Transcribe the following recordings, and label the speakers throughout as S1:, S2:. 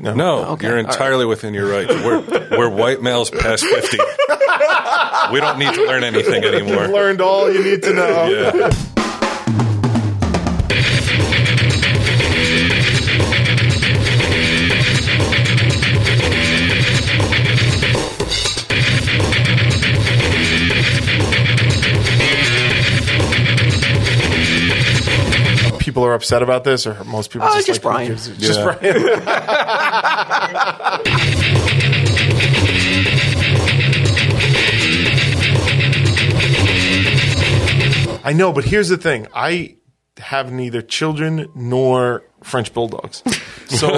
S1: No,
S2: Okay,
S1: you're
S2: all right.
S1: entirely within your rights. We're, we're white males past 50. We don't need to learn anything
S3: You've
S1: anymore.
S3: learned all you need to know.
S1: Yeah.
S3: People are upset about this, or most people
S2: Oh,
S3: just,
S2: just
S3: like, who
S2: Brian.
S3: gives a- Just
S1: Yeah.
S3: Brian. I know, but here's the thing. I have neither children nor French bulldogs. So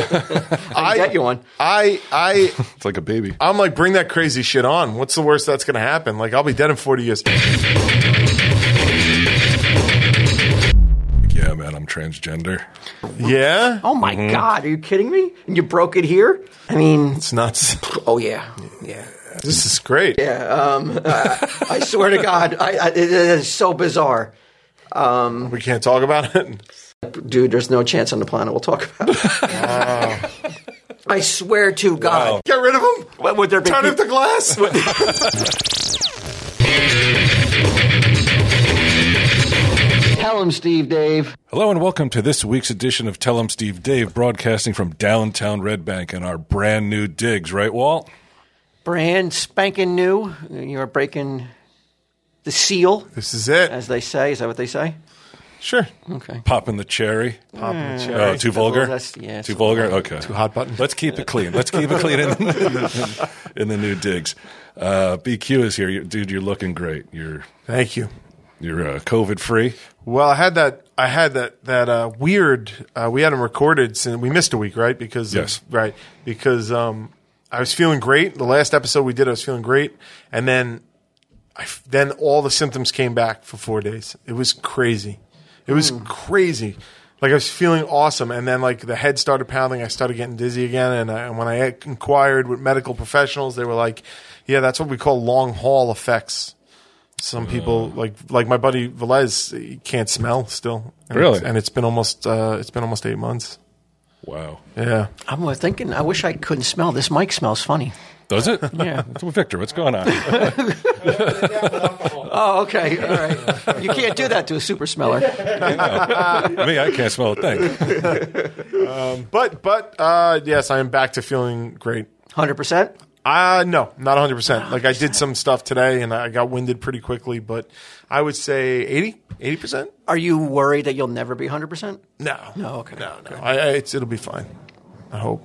S3: I
S2: get you one.
S3: I I
S1: It's like a baby.
S3: I'm like, bring that crazy shit on. What's the worst that's gonna happen? Like I'll be dead in forty years.
S1: Yeah, man, I'm transgender.
S3: Yeah?
S2: Oh my God, are you kidding me? And you broke it here? I mean,
S3: It's nuts.
S2: oh yeah, yeah.
S3: This is great. Yeah.
S2: I swear to God, I, I, it is so bizarre.
S3: We can't talk about it.
S2: Dude, there's no chance on the planet we'll talk about it. I swear to God.
S3: Get rid of him.
S2: What Would there be
S3: Turn up the glass.
S2: Tell him, Steve, Dave.
S1: Hello and welcome to this week's edition of Tell 'em Steve Dave, broadcasting from downtown Red Bank in our brand new digs, right, Walt?
S2: Brand spanking new. You are breaking the seal,
S3: this is it.
S2: as they say. Is that what they say?
S3: Sure.
S2: Okay.
S1: Popping the cherry.
S3: Popping the cherry.
S1: Oh, too vulgar?
S2: that's- yeah, it's
S1: too vulgar? Okay. Too
S3: hot button.
S1: Let's keep it clean. Let's keep it clean in the, in the new digs. Uh, BQ is here. You- Dude, you're looking great. You're,
S3: Thank you.
S1: you're uh, COVID free.
S3: Well, I had that. I had that. That uh, weird. Uh, we hadn't recorded since we missed a week, right? Because of-
S1: Yes.
S3: right. Because um, I was feeling great. The last episode we did, I was feeling great, and then, I f then all the symptoms came back for four days. It was crazy. It was crazy. Like I was feeling awesome, and then like the head started pounding. I started getting dizzy again, and, I, and when I inquired with medical professionals, they were like, "Yeah, that's what we call long haul effects." Some people like like my buddy Velez he can't smell still. And
S1: Really?
S3: it's- and it's been almost uh, it's been almost eight months.
S1: Wow.
S3: Yeah,
S2: I'm thinking, I wish I couldn't smell. This mic smells funny.
S1: Does it?
S2: Yeah.
S1: Victor, what's going on?
S2: Oh, okay. All right. You can't do that to a super smeller.
S1: Me, I can't smell a thing.
S3: but but uh, yes, I am back to feeling great.
S2: 100%?
S3: Uh no, not hundred percent. Like I did some stuff today, and I got winded pretty quickly. But I would say 80 percent.
S2: Are you worried that you'll never be 100%?
S3: No,
S2: No, okay.
S3: no, no. I, I, it's it'll be fine. I hope.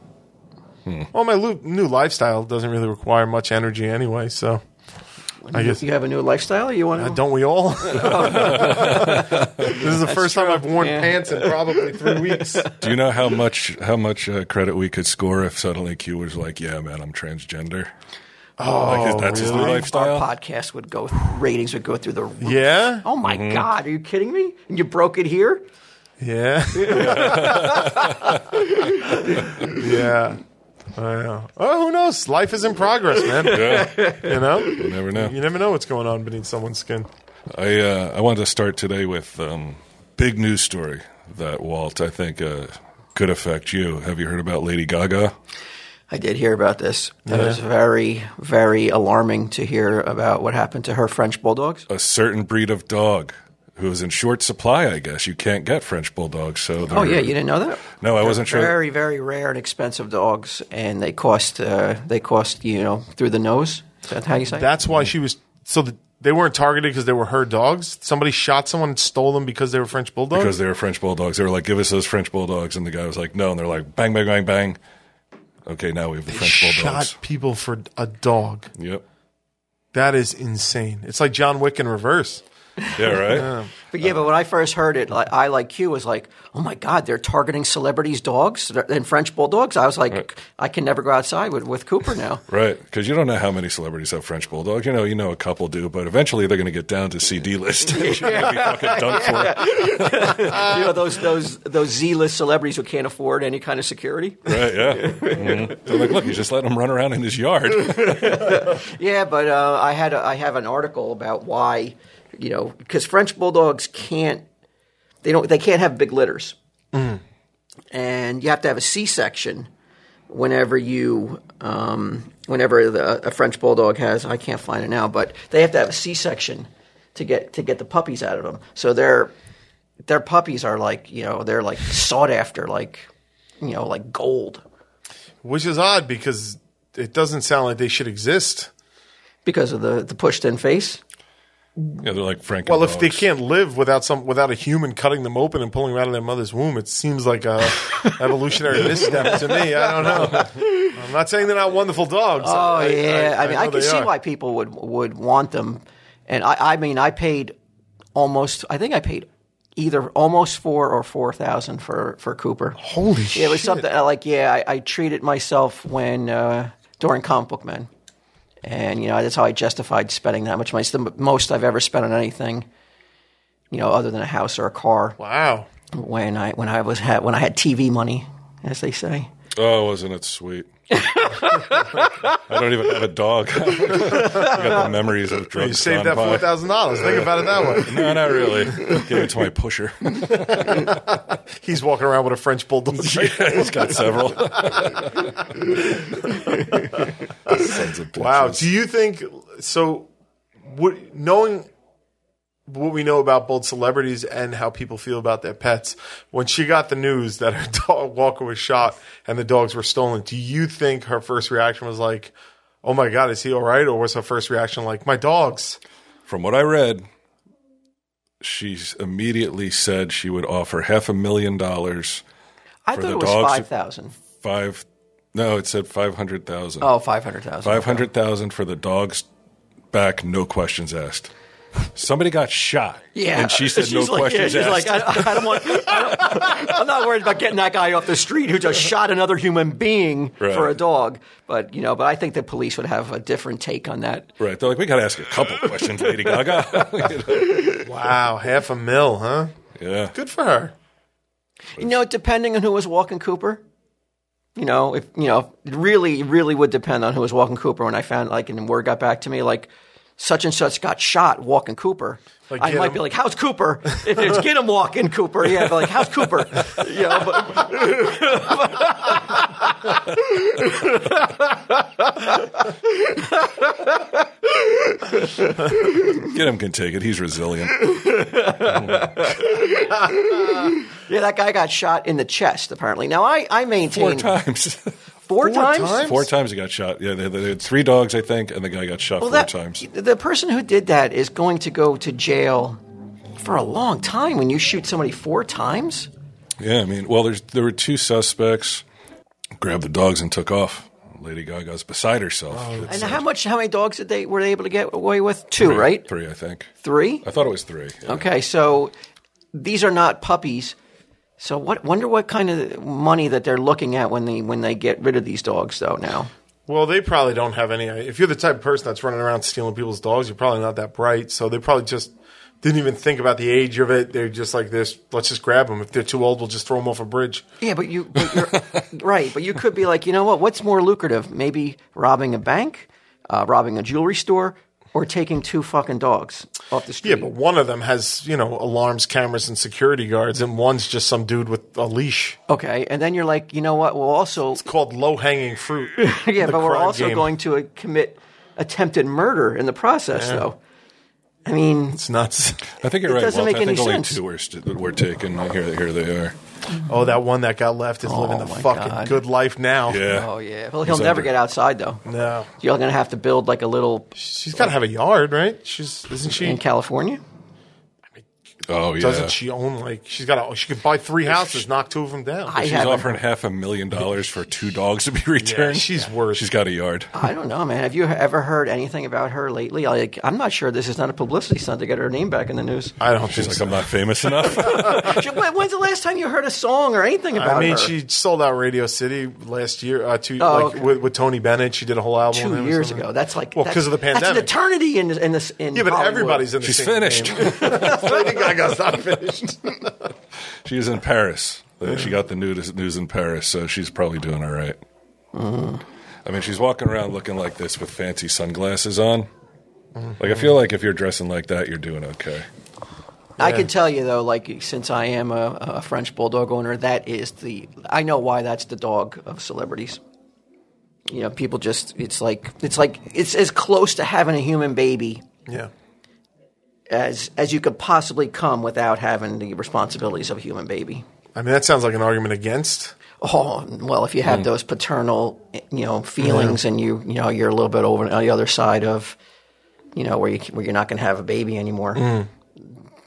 S3: Well, my lu- new lifestyle doesn't really require much energy anyway, so I guess
S2: You have a new lifestyle? You want to?
S3: Don't we all? this is the first time I've worn
S2: Yeah.
S3: pants in probably three weeks.
S1: Do you know how much how much uh, credit we could score if suddenly Q was like, "Yeah, man, I'm transgender." Oh, that's his new
S2: Our
S1: lifestyle.
S2: podcast would go, ratings would go through the roof.
S3: Yeah,
S2: Oh my God, are you kidding me? And you broke it here?
S3: yeah, yeah. I know. Oh, who knows? Life is in progress, man.
S1: Yeah,
S3: You know,
S1: you never know.
S3: you never know what's going on beneath someone's skin.
S1: I uh, I wanted to start today with um, big news story that Walt I think uh, could affect you. Have you heard about Lady Gaga?
S2: I did hear about this. That was very, very alarming to hear about what happened to her French
S3: Uh,
S2: bulldogs.
S1: A certain breed of dog who is in short supply. I guess you can't get French bulldogs. So
S2: Oh, yeah, you didn't know that?
S1: No, I wasn't sure.
S2: Very, very rare and expensive dogs, and they cost, uh, they cost, you know, through the nose. Is that how you say it?
S3: That's why she was so. The, they weren't targeted because they were her dogs. Somebody shot someone and stole them because they were French bulldogs.
S1: because they were French bulldogs. They were like, "Give us those French bulldogs," and the guy was like, "No," and they're like, "Bang, bang, bang, bang." Okay, now we have the French bulldogs.
S3: shot people for a dog.
S1: Yep.
S3: That is insane. It's like John Wick in reverse.
S1: Yeah, right.
S2: But yeah, but when I first heard it, like, I like you was like, "Oh my God, they're targeting celebrities' dogs and French bulldogs." I was like, "I can never go outside with, with Cooper now."
S1: Right, because you don't know how many celebrities have French bulldogs. You know, you know a couple do, but eventually they're going to get down to CD list. She's gonna be fucking done for.
S2: you know those those those Z-list celebrities who can't afford any kind of security.
S1: Right? Yeah. Mhm. They're like, look, you just let him run around in his yard.
S2: Yeah, but uh, I had a, I have an article about why you know because French bulldogs can't they don't they can't have big litters, and you have to have a C section whenever you um, whenever the, a French bulldog has I can't find it now, but they have to have a C section to get to get the puppies out of them. So their their puppies are like you know they're like sought after like you know like gold
S3: which is odd because it doesn't sound like they should exist.
S2: because of the the pushed in face.
S1: Yeah, they're like Frank.
S3: Well, if they can't live without some without a human cutting them open and pulling them out of their mother's womb, it seems like a evolutionary misstep to me. I don't know. I'm not saying they're not wonderful dogs.
S2: Oh yeah, I, mean, I,
S3: know
S2: can
S3: they
S2: see
S3: are.
S2: why people would would want them, and I, I mean, I paid almost. I think I paid either almost four or four thousand for for Cooper.
S3: Holy
S2: Yeah,
S3: shit!
S2: it was something I like. Yeah, I, I treated myself when uh, during comic book men, and you know that's how I justified spending that much money. It's the m- most I've ever spent on anything, you know, other than a house or a car.
S3: Wow.
S2: When I when I was had when I had TV money, as they say.
S1: Oh, wasn't it sweet? I don't even have a dog. I got the memories of drugs.
S3: You saved that
S1: gone by.
S3: four thousand dollars. Think about it that way.
S1: No, not really. Give it to my pusher.
S3: He's walking around with a French bulldog.
S1: He's got several. Sons of
S3: Wow.
S1: bitches.
S3: Do you think so? What knowing what we know about both celebrities and how people feel about their pets, when she got the news that her dog Walker was shot and the dogs were stolen, do you think her first reaction was like, "Oh my god, is he all right?" Or was her first reaction like, "My dogs"?
S1: From what I read, she immediately said she would offer half a million dollars,
S2: I
S1: For
S2: thought
S1: the
S2: it was
S1: dogs-
S2: five thousand.
S1: five. No, it said five hundred thousand.
S2: Oh, five hundred thousand.
S1: Five hundred thousand for the dogs back, no questions asked. Somebody got shot.
S2: Yeah,
S1: and she said
S2: She's
S1: no
S2: like,
S1: questions
S2: yeah, she's
S1: asked.
S2: Like, I, I don't want. I don't, I'm not worried about getting that guy off the street who just shot another human being
S1: Right.
S2: for a dog. But you know, but I think the police would have a different take on that.
S1: right? They're like, we got to ask a couple questions, Lady Gaga.
S3: Wow, half a mil, huh?
S1: yeah,
S3: Good for her.
S2: You know, depending on who was walking Cooper. You know, if you know, it really, really would depend on who was walking Cooper. When I found like, and word got back to me like. Such and such got shot walking Cooper.
S3: Like,
S2: I
S3: get
S2: might
S3: him.
S2: be like, "How's Cooper?" If it's get him walking Cooper, yeah, but like, "How's Cooper?" You know, but,
S1: get him can take it. He's resilient.
S2: Yeah, that guy got shot in the chest, apparently. Now, I, I
S1: Four
S2: maintain
S1: times.
S2: Four times?
S3: times?
S1: Four times he got shot. Yeah, they, they had three dogs, I think, and the guy got shot
S2: Well,
S1: four
S2: that,
S1: times.
S2: The person who did that is going to go to jail for a long time when you shoot somebody four times.
S1: Yeah, I mean, well, there's there were two suspects. Grabbed the dogs and took off. Lady Gaga's beside herself.
S2: And how much? How many dogs did they were they able to get away with? Two, right?
S1: Three, I think.
S2: Three.
S1: I thought it was three. yeah.
S2: Okay, so these are not puppies. So what? Wonder what kind of money that they're looking at when they when they get rid of these dogs, though. Now,
S3: Well, they probably don't have any. If you're the type of person that's running around stealing people's dogs, you're probably not that bright. So they probably just didn't even think about the age of it. They're just like this. Let's just grab them. If they're too old, we'll just throw them off a bridge.
S2: Yeah, but you, but you're, right? But you could be like, you know what? What's more lucrative? Maybe robbing a bank, uh, robbing a jewelry store, or taking two fucking dogs off the street.
S3: Yeah, but one of them has you know alarms, cameras, and security guards, and one's just some dude with a leash.
S2: okay, and then you're like, you know what? We'll also,
S3: Called low hanging fruit.
S2: yeah,
S3: The
S2: but we're
S3: crime
S2: also
S3: game.
S2: going to uh, commit attempted murder in the process, though. I mean,
S3: It's nuts.
S1: I think you're
S2: It
S1: right.
S2: doesn't
S1: Walt.
S2: make
S1: I think
S2: any
S1: only
S2: sense.
S1: two were, st- were taken. Here, here they are.
S3: Oh, that one that got left is living the
S2: Oh my
S3: fucking
S2: God.
S3: good life now.
S1: Yeah.
S2: oh yeah, well, he'll
S1: He's
S2: never
S1: under-
S2: get outside though.
S3: No,
S2: You're gonna have to build like a little
S3: she's got to have a yard, right? She's isn't
S2: in
S3: she?
S2: California.
S1: Oh yeah.
S3: Doesn't she own like she's got? A, she could buy three houses, knock two of them down.
S2: I
S1: She's
S2: haven't-
S1: offering half a million dollars for two dogs to be
S3: Yeah,
S1: returned.
S3: she's worth.
S1: she's got a yard.
S2: I don't know, man. Have you ever heard anything about her lately? Like, I'm not sure this is not a publicity stunt to get her name back in the news.
S3: I don't think
S1: She's like,
S3: so.
S1: I'm not famous enough.
S2: She- when- When's the last time you heard a song or anything about
S3: I mean,
S2: her?
S3: she sold out Radio City last year. Uh, two,
S2: Oh,
S3: like
S2: okay.
S3: with, with Tony Bennett, she did a whole album. with
S2: two
S3: him or
S2: years
S3: something.
S2: ago. That's like
S3: Well,
S2: that's-
S3: 'cause of the
S2: That's an
S3: pandemic.
S2: eternity in in this in
S3: Yeah, but
S2: Hollywood.
S3: everybody's in the
S1: She's
S3: same
S1: finished.
S3: game. Lady Gaga's not finished.
S1: she is in Paris. Uh, She got the news, news in Paris, so she's probably doing all right. I mean, she's walking around looking like this with fancy sunglasses on. Like, I feel like if you're dressing like that, you're doing okay.
S2: I can tell you though, like since I am a, a French bulldog owner, that is the I know why that's the dog of celebrities. you know, people just it's like it's like it's as close to having a human baby
S3: Yeah.
S2: as as you could possibly come without having the responsibilities of a human baby.
S3: I mean, that sounds like an argument against.
S2: Oh well, if you
S1: Hmm.
S2: have those paternal, you know, feelings, and you you know you're a little bit over on the other side of, you know, where you where you're not going to have a baby anymore.
S1: Hmm.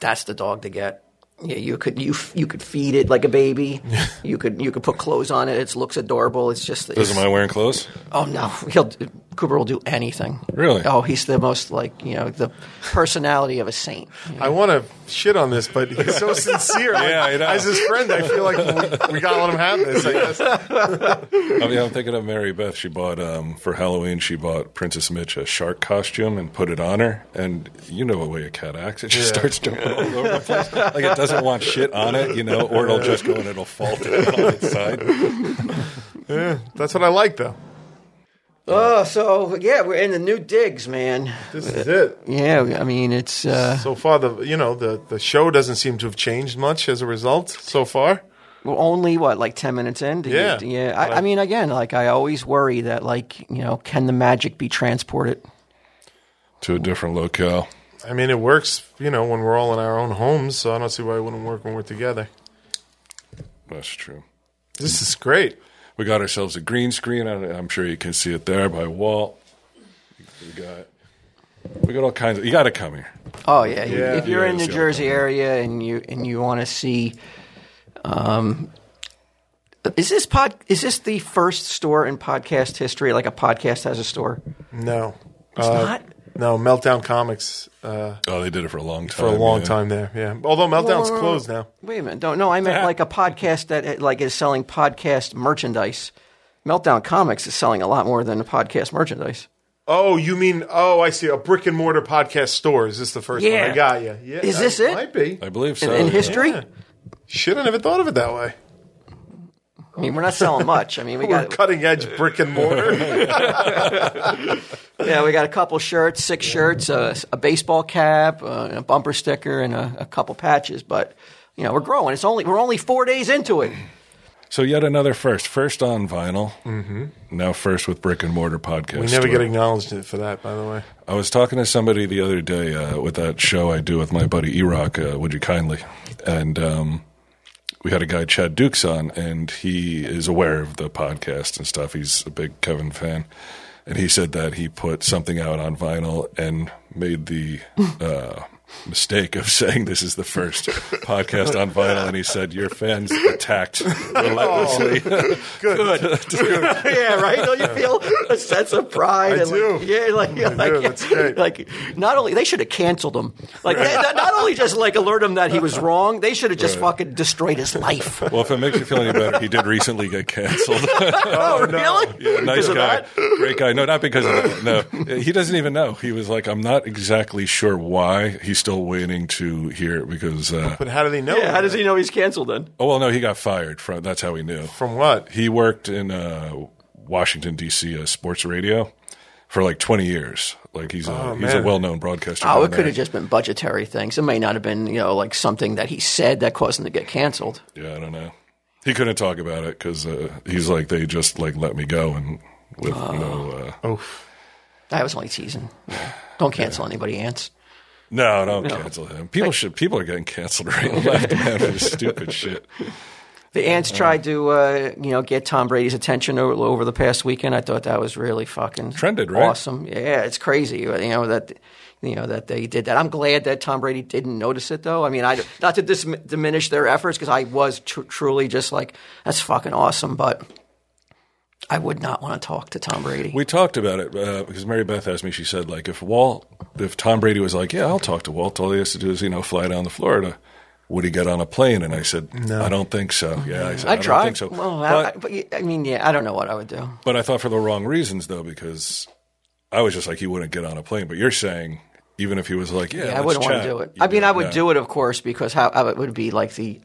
S2: That's the dog to get. Yeah, you could you f- you could feed it like a baby. you could you could put clothes on it. It looks adorable. It's just it's,
S1: Doesn't mind wearing clothes.
S2: oh no, he'll Cooper will do anything.
S1: Really?
S2: Oh, he's the most like you know the personality of a saint.
S3: I want to shit on this, but he's so sincere.
S1: Yeah, I know.
S3: As his friend, I feel like we, we got to let him have this, I guess.
S1: I mean, I'm thinking of Mary Beth. She bought um, for Halloween. She bought Princess Mitch a shark costume and put it on her. And you know what way a cat acts? It just
S3: Yeah.
S1: starts jumping all over the place. Like it doesn't want shit on it, you know, or it'll just go and it'll fall down on its side.
S3: Yeah, that's what I like, though.
S2: Oh, so yeah, we're in the new digs, man.
S3: This is it.
S2: Yeah, I mean it's. uh
S3: So far, the you know the, the show doesn't seem to have changed much as a result so far.
S2: Well, only what like ten minutes in. Did
S3: Yeah.
S2: you, yeah. I, I mean, again, like I always worry that, like you know, can the magic be transported?
S1: To a different locale.
S3: I mean, it works, you know, when we're all in our own homes. So I don't see why it wouldn't work when we're together.
S1: That's true.
S3: This is great.
S1: We got ourselves a green screen. I- I'm sure you can see it there by Walt. We got we got all kinds of. You got to come here.
S2: Oh yeah. You-
S3: Yeah.
S2: If you're
S1: Yeah,
S2: in
S1: it's
S2: New
S1: the other
S2: Jersey area and you and you want to see, um, is this pod? Is this the first store in podcast history? Like a podcast has a store?
S3: No,
S2: It's
S3: Uh,
S2: not.
S3: no, Meltdown Comics uh,
S1: Oh, they did it for a long time.
S3: for a long
S1: yeah.
S3: time there. Yeah, although Meltdown's
S2: Well,
S3: closed now.
S2: Wait a minute. Don't, no, I meant like a podcast that uh, like is selling podcast merchandise. Meltdown Comics is selling a lot more than the podcast merchandise.
S3: Oh, you mean? Oh, I see. A brick and mortar podcast store. Is this the first one?
S2: Yeah.
S3: I got you. Yeah,
S2: Is this it?
S3: Might be.
S1: I believe
S2: In,
S1: so.
S2: in
S1: yeah.
S2: history,
S3: Shit, I never thought of it that way.
S2: I mean, we're not selling much. I mean, we
S3: We're
S2: got
S3: cutting edge brick and mortar.
S2: yeah, we got a couple shirts, six shirts, a, a baseball cap, uh, a bumper sticker, and a, a couple patches. But you know, we're growing. It's only we're only four days into it.
S1: So yet another first. First on vinyl. Mm-hmm. Now first with brick and mortar podcast.
S3: we never
S1: store.
S3: get acknowledged for that, by the way.
S1: I was talking to somebody the other day uh, with that show I do with my buddy Erock, uh, Would You Kindly? And um, we had a guy, Chad Dukes, on, and he is aware of the podcast and stuff. He's a big Kevin fan. And he said that he put something out on vinyl and made the uh, mistake of saying this is the first podcast on vinyl. And he said, Your fans attacked relentlessly.
S2: yeah, right. Don't you feel a sense of pride?
S3: I
S2: and
S3: do.
S2: Like, yeah, like, like,
S3: that's great.
S2: like not only they should have canceled him. Like they- not- not only just like alert him that he was wrong, they should have just fucking destroyed his life.
S1: well, if it makes you feel any better, he did recently get canceled.
S2: Oh, really?
S1: Yeah, nice
S2: Because of
S1: guy,
S2: that?
S1: great guy. No, not because of that. No, he doesn't even know. He was like, "I'm not exactly sure why." He's still waiting to hear it because. Uh,
S3: But how do they know?
S2: Yeah, how does he know he's canceled then?
S1: oh well, no, he got fired from. That's how he knew.
S3: From what?
S1: He worked in uh, Washington D.C. Uh, sports radio for like 20 years. Like he's a he's a
S3: man.
S1: well-known broadcaster.
S2: Oh,
S1: down
S2: it could
S1: there.
S2: have just been budgetary things. It may not have been, you know, like something that he said that caused him to get canceled.
S1: Yeah, I don't know. He couldn't talk about it because uh, he's like they just like let me go and with
S2: Oh.
S1: no. Uh,
S2: I was only teasing. Yeah. Don't cancel anybody, ants.
S1: No, don't cancel him. People should. People are getting canceled right and left, man, for this stupid shit.
S2: The ants tried to, uh, you know, get Tom Brady's attention over, over the past weekend. I thought that was really fucking
S1: Trended, right?
S2: Awesome. Yeah, it's crazy. uh, You know that, you know that they did that. I'm glad that Tom Brady didn't notice it though. I mean, I not to dis- diminish their efforts because I was tr- truly just like that's fucking awesome, but. I would not want to talk to Tom Brady.
S1: We talked about it uh, because Mary Beth asked me. She said, like, if Walt, if Tom Brady was like, yeah, I'll talk to Walt. All he has to do is, you know, fly down to Florida. Would he get on a plane? And I said, I don't think so. Yeah, I said, I,
S2: I
S1: don't
S2: tried.
S1: think so.
S2: Well,
S1: but,
S2: I, I, but, y- I mean, yeah, I don't know what I would do.
S1: but I thought for the wrong reasons though, because I was just like, he wouldn't get on a plane. But you're saying, even if he was like, yeah,
S2: I
S1: let's
S2: wouldn't want
S1: chat,
S2: to do it.
S1: you'd
S2: I mean,
S1: be
S2: I
S1: like,
S2: would
S1: "No."
S2: do it, of course, because how, how it would be like the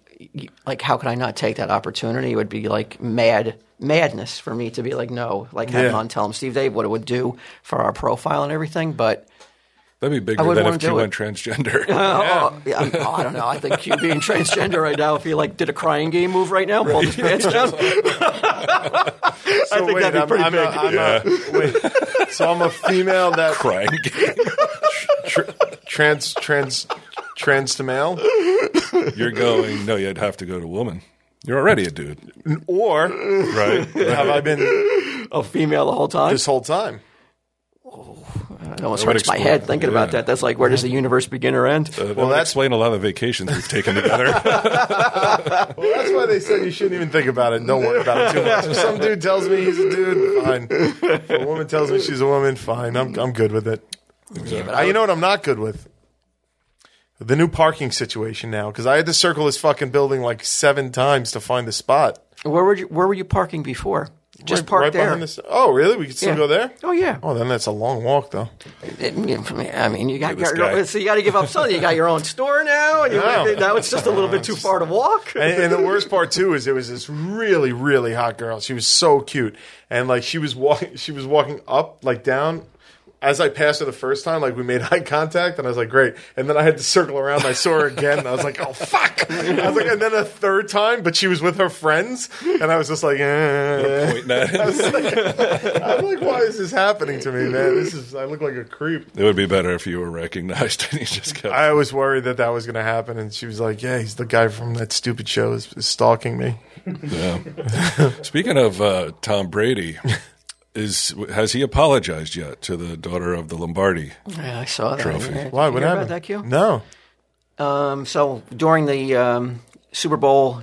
S2: like how could I not take that opportunity? It would be like mad madness for me to be like no, like have him
S3: Yeah.
S2: on tell him Steve Dave what it would do for our profile and everything. But
S1: That'd be bigger
S2: would
S1: than
S2: wanna
S1: if
S2: do
S1: Q went
S2: it.
S1: transgender.
S2: Oh, yeah, I'm- oh, I don't know. I think Q being transgender right now, if he like did a crying game move right now, pulled his pants down. I think that'd be pretty
S3: I'm,
S2: big.
S3: I'm a- I'm a- wait, so I'm a female that
S1: Crying game.
S3: tr- trans trans trans to male,
S1: You're going. No, you'd have to go to woman. You're already a dude,
S3: or
S1: right?
S3: have I been
S2: a female the whole time.
S3: this whole time?
S2: It almost
S1: That would
S2: hurts my
S1: explode.
S2: head thinking about
S1: Yeah. Uh,
S2: that. That's like, where does the universe begin or end?
S1: well,
S3: that's-
S1: that's explain a lot of vacations we've taken together.
S3: Well, that's why they said you shouldn't even think about it. Don't worry about it too much. If some dude tells me he's a dude, fine. If a woman tells me she's a woman, fine. I'm I'm good with it.
S2: But
S3: Uh,
S2: I
S3: you
S2: would-
S3: know what I'm not good with? The new parking situation now, because I had to circle this fucking building like seven times to find the spot.
S2: where were you? Where were you parking before? Just
S3: right,
S2: park
S3: right
S2: there.
S3: behind this. Oh, really? We could still
S2: Yeah.
S3: go there?
S2: Oh yeah.
S3: Oh, then that's a long walk, though.
S2: It- I mean, you got
S1: this
S2: your,
S1: guy.
S2: so you got to give up something. You got your own store now, and you,
S3: No.
S2: now it's just a little bit too far to walk.
S3: And, and the worst part too is it was this really, really hot girl. She was so cute, and like she was walking, she was walking up, like down. As I passed her the first time, like we made eye contact, and I was like, "Great!" And then I had to circle around. And I saw her again, and I was like, "Oh fuck!" I was like, and then a third time, but she was with her friends, and I was just like, eh.
S1: Pointing at it.
S3: "I'm like, why is this happening to me, man? This is I look like a creep."
S1: It would be better if you were recognized and you just kept.
S3: I was worried that that was going to happen, and she was like, "Yeah, he's the guy from that stupid show is, is stalking me."
S1: Speaking of uh, Tom Brady, is has he apologized yet to the daughter of the Lombardi?
S2: Yeah, I saw that.
S1: Trophy.
S2: Yeah.
S3: Why?
S2: Did
S3: What
S2: you hear
S3: happened?
S2: About that, Q?
S3: No.
S2: Um, so during the um, Super Bowl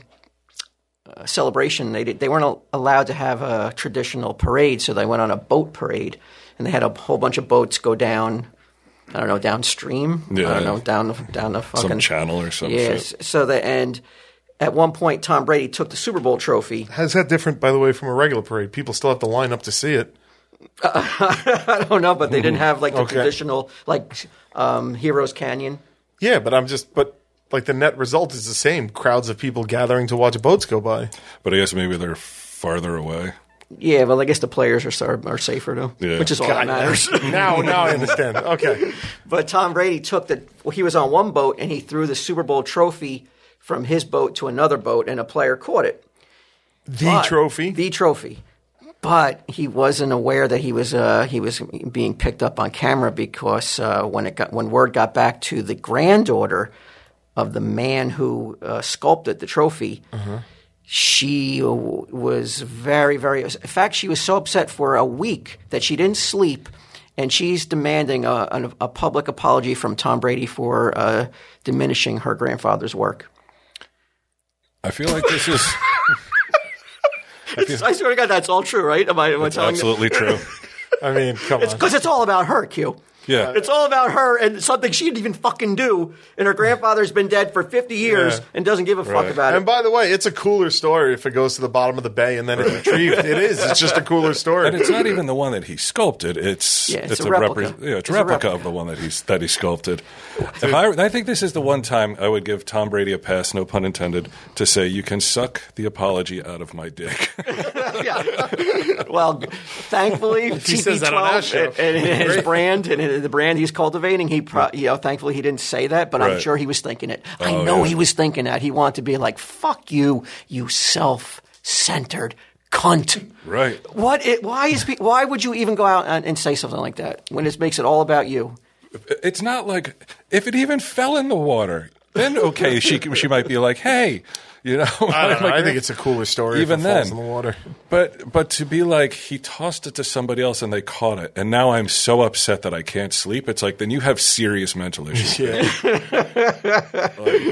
S2: uh, celebration, they did, they weren't al- allowed to have a traditional parade, so they went on a boat parade, and they had a whole bunch of boats go down. I don't know, downstream. I
S1: Yeah.
S2: don't know, down the down the fucking
S1: Some channel or some
S2: Yes.
S1: shit.
S2: So the and at one point, Tom Brady took the Super Bowl trophy.
S3: How's that different, by the way, from a regular parade? People still have to line up to see it.
S2: I don't know, Oh, but they didn't have like the
S3: Okay.
S2: traditional like um, Heroes Canyon.
S3: Yeah, but I'm just, but like the net result is the same: crowds of people gathering to watch boats go by.
S1: But I guess maybe they're farther away.
S2: Yeah, well, I guess the players are are, are safer though,
S1: Yeah.
S2: which is all that matters.
S3: now, now I understand. Okay,
S2: But Tom Brady took the well, he was on one boat and he threw the Super Bowl trophy from his boat to another boat and a player caught it.
S3: the
S2: But-
S3: trophy.
S2: The trophy. But he wasn't aware that he was uh, he was being picked up on camera because uh, when it got when word got back to the granddaughter of the man who uh, sculpted the trophy,
S3: Mm-hmm.
S2: she w- was very very. In fact, she was so upset for a week that she didn't sleep, and she's demanding a, an- a public apology from Tom Brady for uh, diminishing her grandfather's work.
S1: I feel like this is
S2: I swear to God, that's all true, right? Am I, am I telling you?
S1: absolutely true.
S3: I mean, come on.
S2: Because it's all about her, Q.
S1: Yeah.
S2: It's all about her and something she didn't even fucking do. And her grandfather's been dead for 50 years
S3: Yeah.
S2: and doesn't give a fuck
S1: Right.
S2: about
S3: And
S2: it.
S3: by the way, it's a cooler story if it goes to the bottom of the bay and then it's retrieved. It is. It's just a cooler
S1: And
S3: story.
S1: it's not even the one that he sculpted. It's
S2: Yeah, it's a
S1: repre-
S2: replica.
S1: yeah, it's,
S2: It's
S1: a
S2: a
S1: replica, of
S2: replica.
S1: the one that he's that he sculpted. If I, I think this is the one time I would give Tom Brady a pass, no pun intended, to say you can suck the apology out of my dick.
S2: Yeah. well, thankfully,
S3: he says that on our
S2: TB12
S3: show.
S2: and, and his brand and in the brand he's cultivating, he pro- you know, thankfully he didn't say that, but I'm
S1: Right.
S2: sure he was thinking it. I
S1: Oh,
S2: know
S1: yeah.
S2: he was thinking that. He wanted to be like, fuck you, you self centered cunt.
S1: right.
S2: What? It, why is? pe- Why would you even go out and, and say something like that when it makes it all about you?
S1: It's not like if it even fell in the water, then okay, she she might be like, hey, you know.
S3: I don't know. I
S1: my
S3: think
S1: grand-
S3: it's a cooler story.
S1: Even
S3: if it falls
S1: then.
S3: in the water.
S1: But but to be like he tossed it to somebody else and they caught it, and now I'm so upset that I can't sleep. It's like then you have serious mental issues.
S3: Yeah.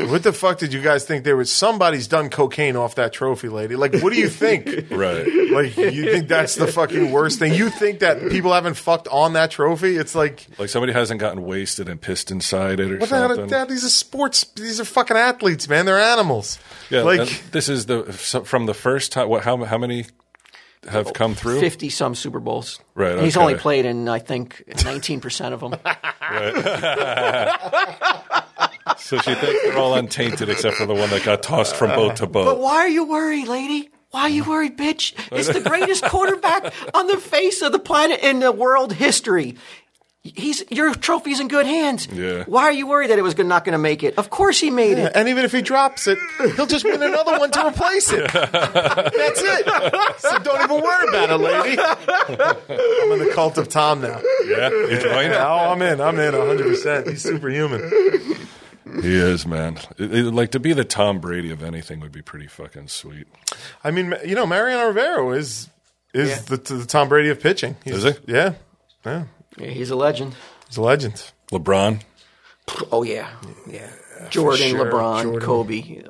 S3: what the fuck did you guys think? There was somebody's done cocaine off that trophy, lady. Like, what do you think?
S1: Right.
S3: Like, you think that's the fucking worst thing? You think that people haven't fucked on that trophy? It's like,
S1: Like somebody hasn't gotten wasted and pissed inside it or
S3: what the hell?
S1: something.
S3: Dad, these are sports. These are fucking athletes, man. They're animals.
S1: Yeah. and
S3: like,
S1: this is the so- from the first time. What? How how many have come through?
S2: 50 some Super Bowls.
S1: Right,
S2: And He's
S1: okay.
S2: only played in, I think, 19% of them.
S1: So she thinks they're all untainted except for the one that got tossed from boat to
S2: but
S1: boat.
S2: why are you worried, lady? Why are you worried, bitch? It's the greatest quarterback on the face of the planet in the world history. He's your trophy's in good hands.
S1: Yeah.
S2: Why are you worried that it was good, not going to make it? Of course he made it.
S3: And even if he drops it, he'll just win another one to replace it. That's it. So don't even worry about it, lady. I'm in the cult of Tom now.
S1: Yeah, you join?
S3: Oh, I'm in. I'm in 100%. He's superhuman.
S1: He is, man. It- it- like to be the Tom Brady of anything would be pretty fucking sweet.
S3: I mean, you know, Mariano Rivero is is
S2: Yeah.
S3: the, the Tom Brady of pitching. He's,
S1: Is he?
S3: Yeah. Yeah.
S2: Yeah, he's a legend.
S3: He's a legend.
S1: LeBron,
S2: Oh yeah, yeah. Jordan,
S3: sure.
S2: LeBron,
S3: Jordan.
S2: Kobe,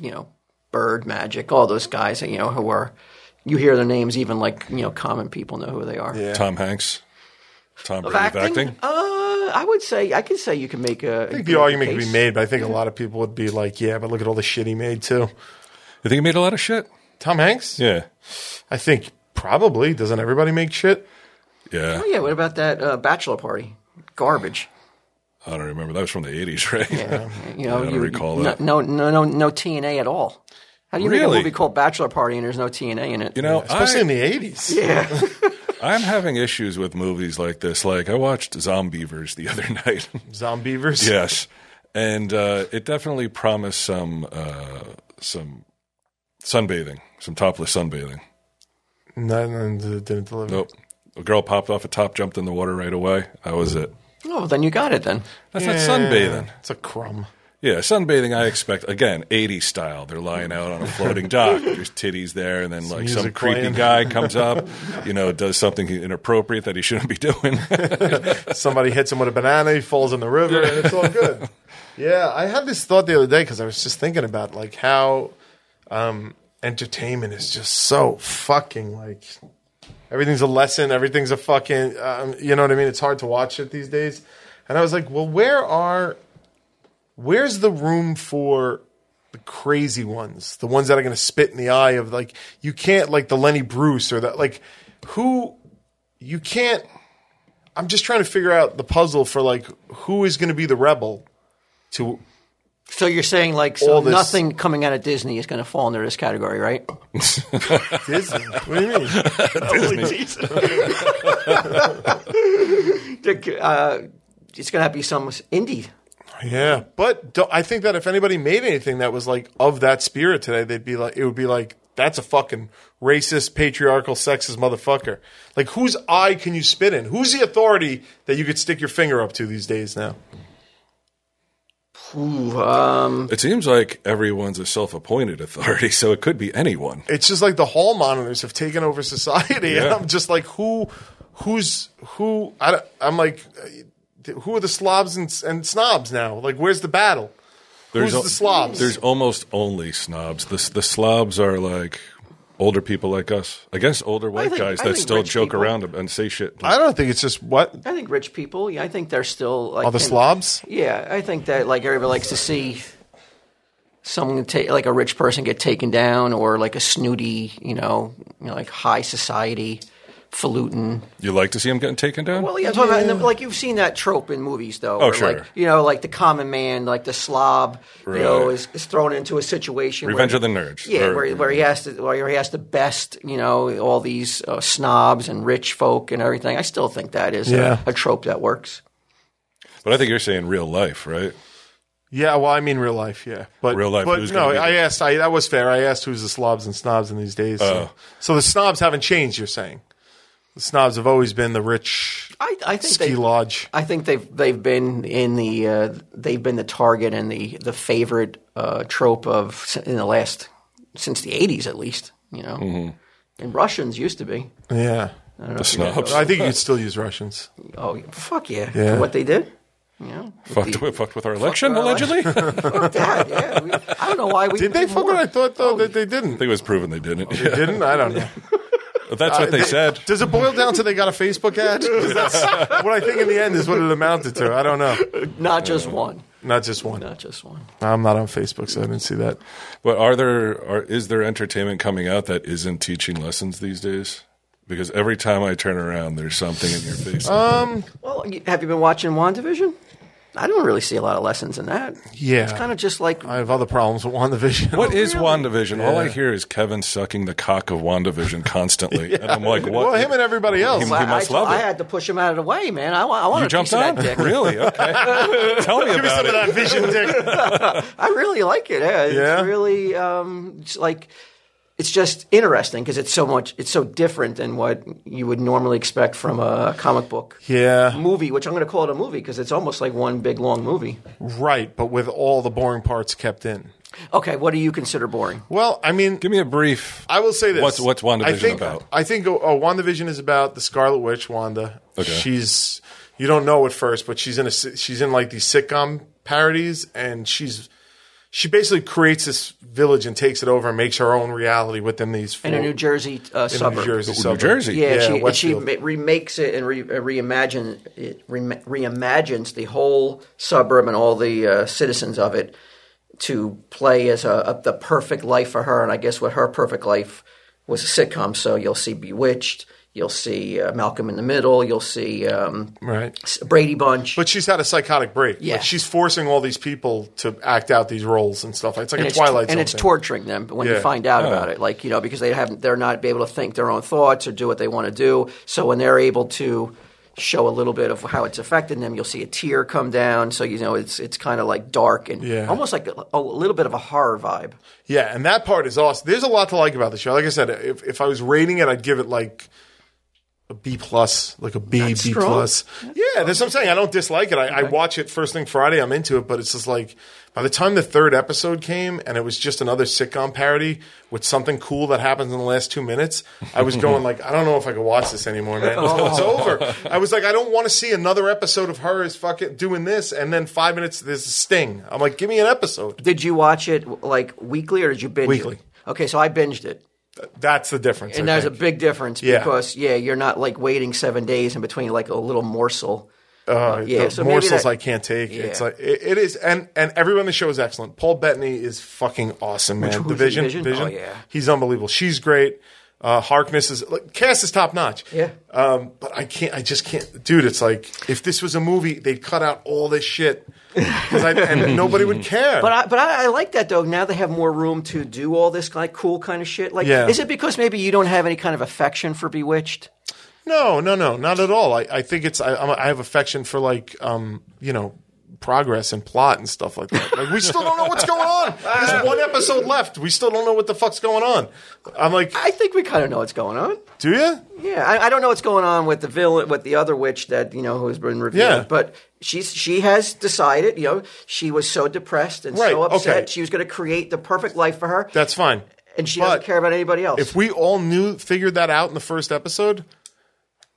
S2: you know, Bird, Magic, all those guys, you know, who are you hear their names, even like you know, common people know who they are.
S3: Yeah.
S1: Tom Hanks, Tom
S2: Of
S1: Brady
S2: acting,
S1: of acting.
S2: Uh, I would say I could say you can make a.
S3: I think the argument could be made, but I think a lot of people would be like, yeah, but look at all the shit he made, too.
S1: You think he made a lot of shit?
S3: Tom Hanks?
S1: Yeah,
S3: I think probably. Doesn't everybody make shit?
S1: yeah.
S2: Oh yeah, what about that uh, bachelor party? Garbage.
S1: I don't remember. That was from the '80s, right?
S2: You know,
S1: I don't
S2: you,
S1: recall
S2: no,
S1: that.
S2: No, no, no, no TNA at all. How do you make a
S1: Really?
S2: movie called Bachelor Party and there's no TNA in it?
S1: You know,
S3: Especially
S1: I,
S3: in the 80s.
S2: yeah.
S1: I'm having issues with movies like this. Like I watched Zombievers the other night.
S3: Zombievers.
S1: yes, and uh, it definitely promised some uh, some sunbathing, some topless sunbathing.
S3: No, no, it didn't deliver.
S1: Nope. A girl popped off a top, jumped in the water right away. That was it.
S2: oh, then you got it then.
S1: That's
S3: Yeah,
S1: not sunbathing.
S3: It's a crumb.
S1: Yeah, sunbathing. I expect again, 80s style. They're lying out on a floating dock. There's titties there, and then like some
S3: music
S1: creepy
S3: playing.
S1: guy comes up, you know, does something inappropriate that he shouldn't be doing.
S3: Somebody hits him with a banana, he falls in the river, and it's all good. Yeah, I had this thought the other day because I was just thinking about like how um, entertainment is just so fucking like everything's a lesson, everything's a fucking, um, you know what I mean? It's hard to watch it these days. And I was like, well, where are, where's the room for the crazy ones, the ones that are going to spit in the eye of like you can't like the Lenny Bruce or that like who you can't. I'm just trying to figure out the puzzle for like who is going to be the rebel to
S2: So you're saying like so
S3: All this-
S2: nothing coming out of Disney is going to fall under this category, right?
S3: Disney. what do you mean?
S2: uh, it's going to be some indie.
S3: Yeah, but do I think that if anybody made anything that was like of that spirit today, they'd be like, it would be like, that's a fucking racist, patriarchal, sexist motherfucker. Like, whose eye can you spit in? Who's the authority that you could stick your finger up to these days now?
S2: Ooh, um,
S1: it seems like everyone's a self-appointed authority, so it could be anyone.
S3: It's just like the hall monitors have taken over society, and
S1: Yeah.
S3: I'm just like, who, who's who? I don't- I'm like, uh, who are the slobs and, and snobs now? Like, where's the battle? Who's
S1: al-
S3: the slobs?
S1: There's almost only snobs. The the slobs are like older people like us. I guess older white
S2: think-
S1: guys
S2: I
S1: that
S2: think
S1: still
S2: rich
S1: joke
S2: people-
S1: around and say shit.
S3: I don't think it's just what
S2: I think rich people. Yeah, I think they're still like
S3: are the
S2: in-
S3: slobs.
S2: Yeah, I think that like everybody likes to see someone take like a rich person get taken down or like a snooty, you know, you know like high society falutin.
S1: you like to see them getting taken down?
S2: Well, yeah, I'm talking about, and the- like you've seen that trope in movies, though. where,
S1: Oh, sure.
S2: Like, you know, like the common man, like the slob, you know,
S1: Right.
S2: is, is thrown into a situation.
S1: Revenge
S2: where,
S1: of the Nerds.
S2: Yeah,
S1: Or-
S2: where, where he has to, where he has to best, you know, all these uh, snobs and rich folk and everything. I still think that is a-
S3: Yeah.
S2: a, trope that works.
S1: But I think you're saying real life, right?
S3: Yeah, well, I mean real life, yeah, but
S1: Real life,
S3: But
S1: who's
S3: no,
S1: gonna be the-
S3: I asked. I, that was fair. I asked who's the slobs and snobs in these days.
S1: Oh.
S3: So, so the snobs haven't changed. You're saying the snobs have always been the rich
S2: I, I think
S3: ski
S2: they-
S3: lodge.
S2: I think they've they've been in the uh, they've been the target and the the favorite uh, trope of in the last since the '80s at least. You know,
S1: Mm-hmm.
S2: and Russians used to be.
S3: Yeah,
S2: Uh,
S1: The snobs.
S3: I think you could still use Russians.
S2: Oh fuck yeah!
S3: Yeah.
S2: For What they did? Yeah,
S1: fucked, with, fucked with our election,
S2: with our
S1: allegedly? I think
S2: fuck that. Yeah, we, I don't know why we
S3: Did they
S2: do
S3: fuck?
S2: more.
S3: I thought though that they didn't.
S1: it was proven they didn't.
S3: They
S1: Yeah.
S3: didn't. I don't know.
S1: That's what they said.
S3: Does it boil down to they got a Facebook ad? 'Cause That's what I think in the end is what it amounted to. I don't know.
S2: Not just one.
S3: Not just one.
S2: Not just one.
S3: I'm not on Facebook, so I didn't see that.
S1: But are there are is there entertainment coming out that isn't teaching lessons these days? Because every time I turn around, there's something in your face.
S2: Well, y- have you been watching WandaVision? I don't really see a lot of lessons in that.
S3: Yeah.
S2: It's kind of just like
S3: I have other problems with WandaVision.
S1: What is
S2: really?
S1: WandaVision? All I hear is Kevin sucking the cock of WandaVision constantly. And I'm like, what?
S3: Well, him and everybody else.
S1: He,
S2: Well,
S1: he must
S2: I,
S1: love
S2: I
S1: it.
S2: had to push him out of the way, man. I, wa- I want
S1: you
S2: a
S1: jumped
S2: piece of
S1: on?
S2: that dick.
S1: Really? Okay. Tell me
S3: Give me
S1: about
S3: some of that
S1: it.
S3: vision dick.
S2: I really like it. Yeah, it's
S3: Yeah?
S2: really um, it's like it's just interesting because it's so much. It's so different than what you would normally expect from a comic book
S3: yeah.
S2: movie, which I'm going to call it a movie because it's almost like one big long movie.
S3: Right, but with all the boring parts kept in.
S2: Okay, what do you consider boring?
S3: Well, I mean,
S1: Give me a brief.
S3: I will say this.
S1: What's, what's WandaVision
S3: I think,
S1: about?
S3: I think oh, oh, WandaVision is about the Scarlet Witch, Wanda.
S1: Okay.
S3: She's you don't know at first, but she's in a si- she's in like these sitcom parodies, and she's she basically creates this village and takes it over and makes her own reality within these four,
S2: In a New Jersey uh,
S3: in a
S2: suburb.
S3: New Jersey
S1: New
S3: suburb.
S1: Jersey?
S2: Yeah,
S3: Yeah,
S2: she, and she
S3: Westfield.
S2: ma- remakes it and re, uh, reimagine it, re, reimagines the whole suburb and all the uh, citizens of it to play as a, a the perfect life for her. And I guess what her perfect life was a sitcom. So you'll see Bewitched, you'll see uh, Malcolm in the Middle, you'll see um,
S3: right?
S2: s- Brady Bunch.
S3: But she's had a psychotic break.
S2: Yeah.
S3: Like she's forcing all these people to act out these roles and stuff. It's like
S2: and
S3: a
S2: it's,
S3: Twilight Zone
S2: and it's
S3: thing.
S2: torturing them when
S3: Yeah. Uh-huh.
S2: you find out about it like you know because they haven't they're not able to think their own thoughts or do what they want to do so when they're able to show a little bit of how it's affecting them you'll see a tear come down so you know it's it's kind of like dark and
S3: Yeah.
S2: almost like a, a little bit of a horror vibe
S3: Yeah, and that part is awesome. There's a lot to like about the show. Like I said, if, if I was rating it, I'd give it like a B plus, like a B B
S2: strong.
S3: plus. yeah, that's what I'm saying. I don't dislike it. I, I watch it first thing Friday. I'm into it, but it's just like by the time the third episode came and it was just another sitcom parody with something cool that happens in the last two minutes, I was going like, I don't know if I could watch this anymore, man. It's over. I was like, I don't want to see another episode of her is fucking doing this, and then five minutes there's a sting. I'm like, give me an episode.
S2: did you watch it like weekly or did you binge
S3: Weekly.
S2: it okay so i binged it
S3: That's the difference.
S2: and
S3: I
S2: there's
S3: think.
S2: a big difference
S3: Yeah.
S2: because yeah you're not like waiting seven days in between like a little morsel
S3: Uh,
S2: yeah,
S3: the
S2: so maybe
S3: morsels
S2: that-
S3: I can't take. It's
S2: Yeah.
S3: like it, it is, and and everyone in the show is excellent. Paul Bettany is fucking awesome, man.
S2: who's
S3: Division,
S2: Vision? Oh, yeah.
S3: he's unbelievable. She's great. Uh, Harkness is like cast is top notch.
S2: Yeah.
S3: um, but I can't. I just can't, dude. It's like if this was a movie, they'd cut out all this shit 'Cause I, and nobody would care.
S2: But I, but I, I like that though. Now they have more room to do all this like cool kind of shit. Like,
S3: Yeah.
S2: is it because maybe you don't have any kind of affection for Bewitched?
S3: No, no, no, not at all. I, I think it's I, I'm, I have affection for like um, you know progress and plot and stuff like that. Like we still don't know what's going on. There's one episode left. We still don't know what the fuck's going on. I'm like,
S2: I think we kind of know what's going on.
S3: do you?
S2: Yeah, I, I don't know what's going on with the villain, with the other witch that you know who's been revealed.
S3: Yeah.
S2: But she's she has decided. You know, she was so depressed and
S3: Right,
S2: so upset.
S3: okay.
S2: She was going to create the perfect life for her,
S3: That's fine.
S2: and she
S3: but
S2: doesn't care about anybody else.
S3: If we all knew figured that out in the first episode,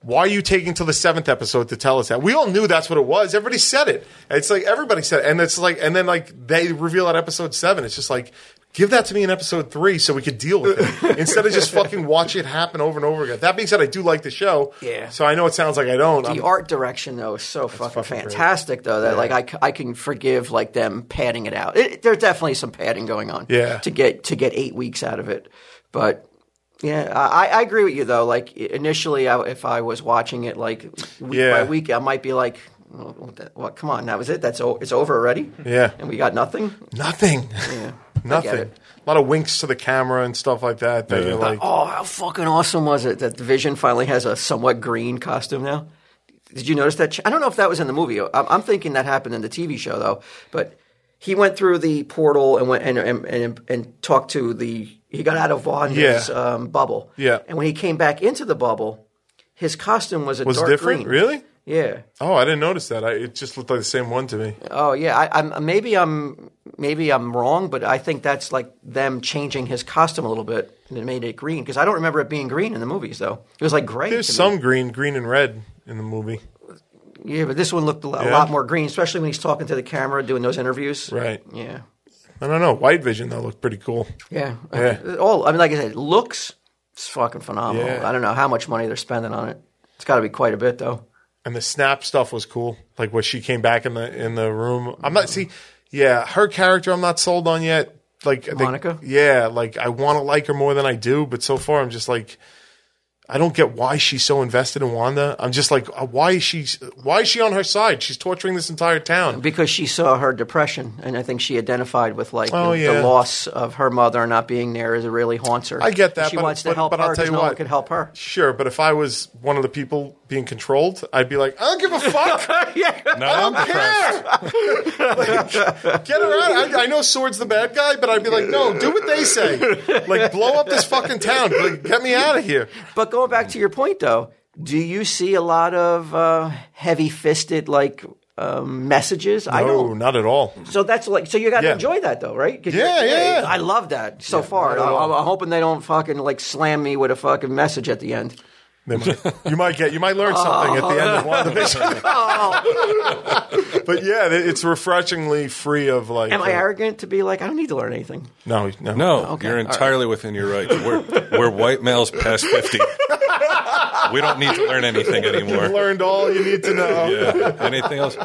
S3: why are you taking till the seventh episode to tell us that? We all knew that's what it was. Everybody said it. It's like everybody said, it. and it's like, and then like they reveal at episode seven. It's just like. Give that to me in episode three so we could deal with it instead of just fucking watch it happen over and over again. That being said, I do like the show.
S2: Yeah.
S3: So I know it sounds like I don't. I'm-
S2: the art direction though is so fucking,
S3: fucking great.
S2: fantastic though that like I, c- I can forgive like them padding it out. It, there's definitely some padding going on.
S3: Yeah.
S2: To get to get eight weeks out of it, but. Yeah, I, I agree with you though. Like i- initially, I, if I was watching it like week
S3: Yeah.
S2: by week, I might be like, "Well, what? the- what, Come on, that was it. That's o- it's over already."
S3: Yeah.
S2: and we got nothing.
S3: nothing.
S2: Yeah, I get
S3: nothing.
S2: it.
S3: A lot of winks to the camera and stuff like that. That you're like,
S2: Oh, how fucking awesome was it that Division finally has a somewhat green costume now? Did you notice that? ch- I don't know if that was in the movie. I'm, I'm thinking that happened in the TV show though. But he went through the portal and went and and and, and talked to the. He got out of Wanda's
S3: Yeah.
S2: um, bubble.
S3: Yeah.
S2: And when he came back into the bubble, his costume was a
S3: was
S2: dark
S3: different?
S2: green.
S3: Really?
S2: Yeah.
S3: Oh, I didn't notice that. I, it just looked like the same one to me.
S2: Oh yeah, I, I'm maybe I'm maybe I'm wrong, but I think that's like them changing his costume a little bit and it made it green because I don't remember it being green in the movies though. It was like gray.
S3: There's
S2: to me.
S3: some green, green and red in the movie.
S2: yeah, but this one looked a lo- a lot,
S3: Yeah.
S2: more green, especially when he's talking to the camera doing those interviews.
S3: Right.
S2: Yeah.
S3: I don't know. White Vision though looked pretty cool.
S2: Yeah.
S3: Yeah.
S2: All I mean, like I said, it looks it's fucking phenomenal.
S3: Yeah.
S2: I don't know how much money they're spending on it. It's got to be quite a bit though.
S3: And the snap stuff was cool. Like when she came back in the in the room. I'm not see yeah, her character I'm not sold on yet. Like I think-
S2: Monica?
S3: yeah, like I want to like her more than I do, but so far I'm just like I don't get why she's so invested in Wanda. I'm just like, uh, why is she? Why is she on her side? She's torturing this entire town.
S2: because she saw her depression, and I think she identified with like
S3: Oh,
S2: the,
S3: yeah.
S2: the loss of her mother not being there is it really haunts her.
S3: I get that.
S2: She
S3: but,
S2: wants
S3: but-
S2: to help
S3: but
S2: her
S3: I'll tell
S2: 'cause
S3: you
S2: no
S3: what,
S2: one could help her.
S3: Sure, but if I was one of the people being controlled, I'd be like, I don't give a fuck.
S1: Now I'm depressed.
S3: Get her out. I, I know Sword's the bad guy, but I'd be like, no, do what they say. Like, blow up this fucking town. Like, get me out of here.
S2: But going back to your point, though, do you see a lot of uh, heavy-fisted like um, messages? I
S3: No,
S2: don't.
S3: Oh, not at all.
S2: So that's like, so you got to
S3: Yeah.
S2: enjoy that though, right? 'Cause
S3: Yeah,
S2: you're-
S3: yeah.
S2: I love that so far. I, I'm, I'm hoping they don't fucking like slam me with a fucking message at the end.
S3: They might- you might get, you might learn
S2: Oh.
S3: something at the end of WandaVision. but yeah, it- it's refreshingly free of like.
S2: Oh. Am I
S3: uh,
S2: arrogant to be like, I don't need to learn anything?
S3: No, no,
S1: No,
S2: Okay,
S1: you're
S2: all right.
S1: entirely within your rights. We're, we're white males past 50. We don't need to learn anything
S3: You've
S1: anymore.
S3: learned all you need to know.
S1: Yeah. Anything else?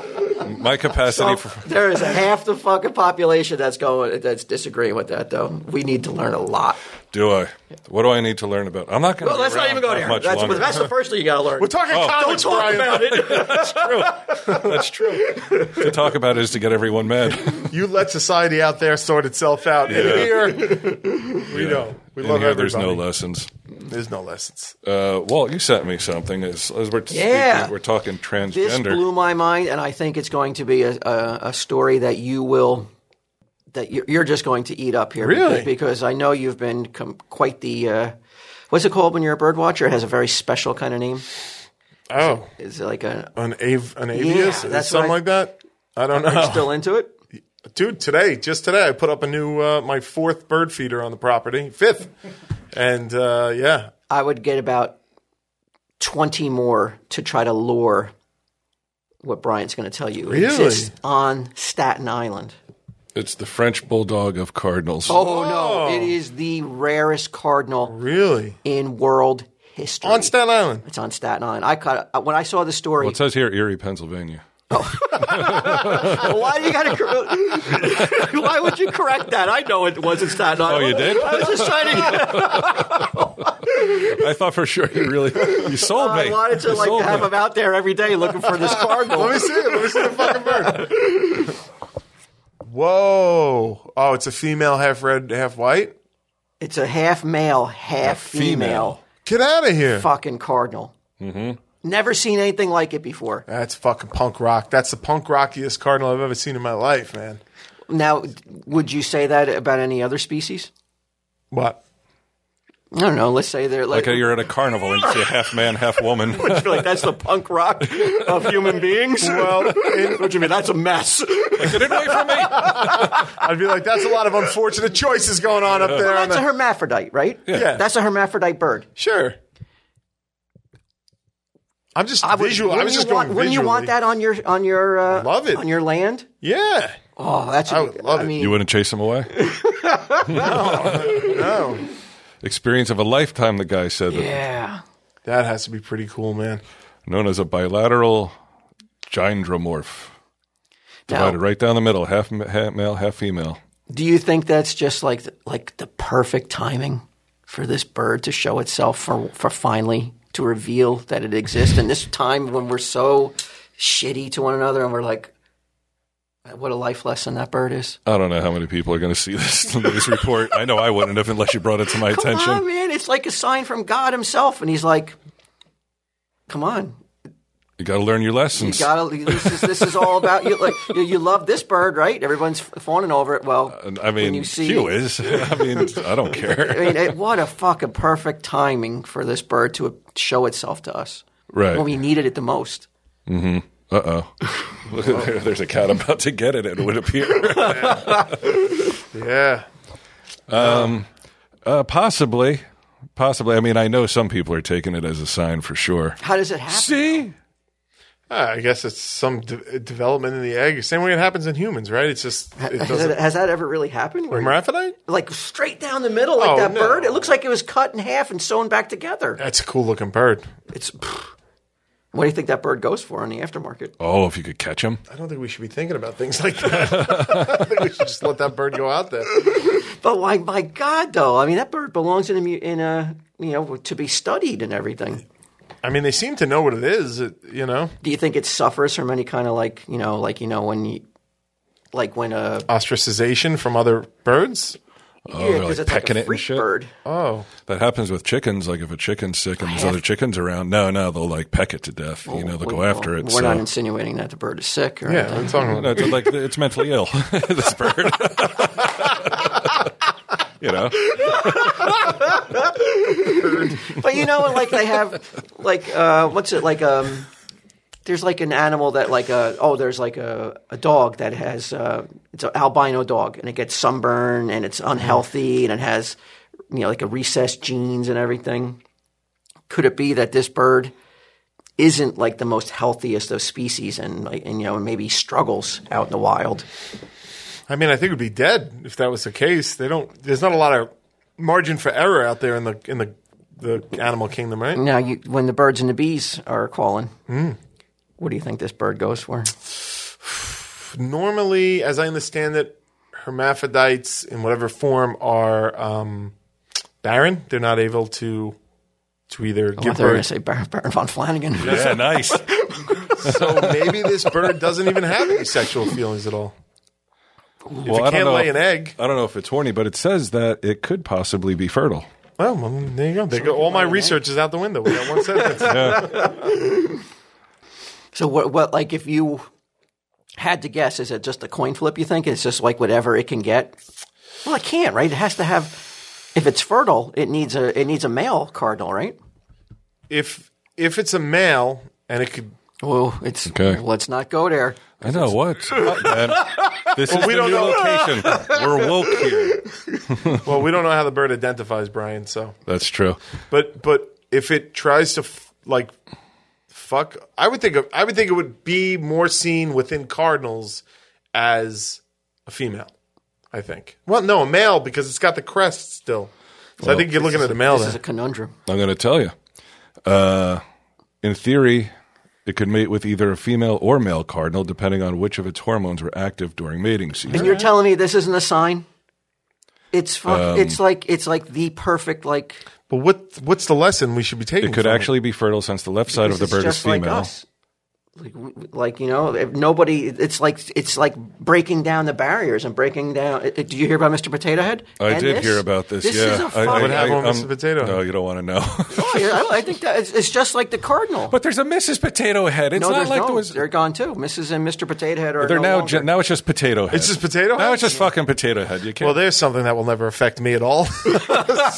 S1: My capacity for.
S2: there is half the fucking population that's going that's disagreeing with that though. We need to learn a lot.
S1: Do I? What do I need to learn about? I'm not going to.
S2: Well, let's not even go there.
S1: Much
S2: That's,
S1: longer.
S2: that's the first thing you got to learn.
S3: We're talking
S1: Oh.
S3: comics,
S2: Don't talk
S3: Brian.
S2: about it.
S1: That's true. to talk about is to get everyone mad.
S3: You let society out there sort itself out. In
S1: Yeah.
S3: here, we don't. We
S1: In
S3: love
S1: here,
S3: everybody.
S1: There's no lessons.
S3: There's no lessons.
S1: Uh, Walt, you sent me something. As, as we're, speaking-
S2: Yeah.
S1: we're talking
S2: this
S1: transgender.
S2: blew my mind, and I think it's going to be a, a, a story that you will that you're, you're just going to eat up here.
S3: Really?
S2: Because, because I know you've been com- quite the. Uh, What's it called when you're a bird watcher? It has a very special kind of name.
S3: Oh,
S2: Is it like a
S3: an av- an avius,
S2: Yeah, that's
S3: something
S2: what I-
S3: like that. I don't know,
S2: still into it?
S3: dude. Today, just today, I put up a new uh, my fourth bird feeder on the property, fifth, and uh, yeah,
S2: I would get about 20 more to try to lure what Brian's going to tell you. It
S3: Really?
S2: exists on Staten Island.
S1: it's the French bulldog of cardinals.
S2: Oh, no. It is the rarest cardinal
S3: really
S2: in world history.
S3: on Staten Island.
S2: it's on Staten Island. I caught uh, when I saw the story.
S1: Well, it says here Erie, Pennsylvania.
S2: why do you got to? why would you correct that? I know it wasn't Staten Island.
S1: you did?
S2: I was just trying to.
S1: I thought for sure you really you sold me.
S2: I wanted to
S1: You
S2: like
S1: sold
S2: to have
S1: me.
S2: him out there every day looking for this cardinal.
S3: Let me see it. Let me see the fucking bird. Whoa! Oh, it's a female, half red, half white.
S2: It's a half male, half
S1: female.
S2: female.
S3: Get out of here.
S2: fucking cardinal. Mm-hmm. Never seen anything like it before.
S3: That's fucking punk rock. That's the punk rockiest cardinal I've ever seen in my life, man.
S2: Now, would you say that about any other species?
S3: What?
S2: I don't know. Let's say they're like,
S1: Okay, you're at a carnival and you see a half man, half woman.
S2: like that's the punk rock of human beings.
S3: Well, in-
S2: What do you mean? That's a mess.
S1: Get it away from me!
S3: I'd be like, that's a lot of unfortunate choices going on up there. on
S2: That's a
S3: the-
S2: hermaphrodite, right?
S3: Yeah.
S2: That's a hermaphrodite bird.
S3: sure. I'm just
S2: would-
S3: visual. I
S2: wouldn't
S3: was
S2: you
S3: just
S2: want,
S3: going
S2: Wouldn't you want
S3: visually.
S2: that on your on your uh,
S3: Love it.
S2: on your land?
S3: Yeah.
S2: Oh, that's I
S3: would love it.
S2: mean,
S1: You wouldn't chase him away? no, no. Experience of a lifetime, the guy said. that-
S2: yeah.
S3: That has to be pretty cool, man.
S1: Known as a bilateral gyndomorph.
S2: Now,
S1: Divided right down the middle, half, m- half male, half female.
S2: do you think that's just like the, like the perfect timing for this bird to show itself for for finally to reveal that it exists and this time when we're so shitty to one another and we're like what a life lesson that bird is.
S1: I don't know how many people are going to see this news report. I know I wouldn't have unless you brought it to my
S2: Come
S1: attention.
S2: on, Ah, man. It's like a sign from God himself and he's like come on.
S1: You got to learn your
S2: You
S1: lessons.
S2: got to this is this is all about you like you, you love this bird, right? Everyone's fawning over it. Well,
S1: And, I mean,
S2: when you see
S1: Hugh is. I mean, I don't care.
S2: I mean, it, what a fucking perfect timing for this bird to show itself to us
S1: Right.
S2: when we needed it the most.
S1: Uh oh. Look at there, there's a cat about to get it, it would appear.
S3: Yeah.
S1: Uh, possibly. Possibly. I mean, I know some people are taking it as a sign for sure.
S2: How does it happen?
S1: See?
S3: Ah, I guess it's some de- development in the egg. Same way it happens in humans, right? It's just it
S2: has,
S3: doesn't.
S2: that, has that ever really happened? Where you-
S3: Hermaphrodite?
S2: like straight down the middle, like
S3: Oh,
S2: that
S3: no.
S2: bird. It looks like it was cut in half and sewn back together.
S3: That's a cool looking bird.
S2: It's pff, What do you think that bird goes for in the aftermarket?
S1: Oh, if you could catch him.
S3: I don't think we should be thinking about things like that. I think we should just let that bird go out there.
S2: But like, my God, though, I mean, that bird belongs in a mu- in a you know to be studied and everything.
S3: I mean, they seem to know what it is. It, you know,
S2: Do you think it suffers from any kind of like you know like you know when you like when a
S3: ostracization from other birds.
S2: yeah,
S1: Oh, like
S2: it's like
S1: pecking it
S2: a
S1: and
S2: freak
S1: shit?
S2: bird.
S3: Oh,
S1: That happens with chickens. Like if a chicken's sick and there's other chickens around, no, no, they'll like peck it to death. you know, they'll go
S2: We-
S1: after it.
S2: We're
S1: so.
S2: not insinuating that the bird is sick or
S3: yeah, I'm
S2: anything.
S3: talking
S1: No,
S3: about.
S1: it's like it's mentally ill. this bird. you know,
S2: But you know, like they have, like uh, what's it like? Um, there's like an animal that like uh, oh, there's like a, a dog that has uh, it's an albino dog and it gets sunburn and it's unhealthy and it has you know like a recessed genes and everything. Could it be that this bird isn't like the most healthiest of species and like, and you know maybe struggles out in the wild?
S3: I mean, I think it would be dead if that was the case. They don't. There's not a lot of margin for error out there in the in the the animal kingdom, right?
S2: Now, you, when the birds and the bees are calling,
S1: Hmm.
S2: what do you think this bird goes for?
S3: Normally, as I understand it, hermaphrodites in whatever form are um, barren. They're not able to to either
S2: I
S3: give
S2: thought you were going
S3: birth.
S2: to say Baron, Baron von Flanagan.
S1: yeah, nice.
S3: So maybe this bird doesn't even have any sexual feelings at all.
S1: well,
S3: if it can't lay an egg,
S1: I don't know if it's horny, but it says that it could possibly be fertile.
S3: well, well, there you go. There go all my
S2: lay an egg.
S3: research is out the window. We got one sentence.
S2: So what? What? Like, if you had to guess, is it just a coin flip? You think it's just like whatever it can get? Well, it can't, right? It has to have. If it's fertile, it needs a it needs a male cardinal, right?
S3: if if it's a male and it could,
S2: Oh, it's
S1: Okay.
S2: Let's not go there.
S1: I know what. Man, this is
S3: we
S1: the
S3: don't
S1: new
S3: know.
S1: location. We're woke here.
S3: well, we don't know how the bird identifies, Brian. So,
S1: That's true.
S3: but but if it tries to f- like fuck, I would think of, I would think it would be more seen within cardinals as a female. I think. Well, no, a male because it's got the crest still. So I think you're looking at the male.
S2: This
S3: Then.
S2: is a conundrum.
S1: I'm going to tell you. Uh, in theory, it could mate with either a female or male cardinal, depending on which of its hormones were active during mating season.
S2: And you're telling me this isn't a sign? It's fuck,
S1: Um,
S2: It's like it's like the perfect like.
S3: But what what's the lesson we should be taking?
S1: It could
S3: from
S1: actually be fertile since the left side of the
S2: it's
S1: bird is
S2: just like
S1: female.
S2: us. Like, w- like you know, if nobody. It's like it's like breaking down the barriers and breaking down. i- i- Did you hear about Mr. Potato Head?
S1: I
S2: And
S1: did
S2: this?
S1: hear about this.
S2: This
S1: yeah,
S2: is a fucking.
S3: What happened with Mr.
S1: um,
S3: Potato?
S1: No, you don't want to know.
S2: Oh, yeah, I, I think that it's, it's just like the cardinal.
S1: but there's a Mrs. Potato Head. It's
S2: no,
S1: not
S2: there's
S1: like
S2: no.
S1: there was.
S2: They're gone too. Mrs. and Mr. Potato Head are.
S1: They're
S2: no
S1: now
S2: longer-
S1: ju- now it's just Potato Head.
S3: It's just Potato
S1: Now
S3: Head?
S1: it's just fucking Potato Head. You can't.
S3: Well, there's something that will never affect me at all.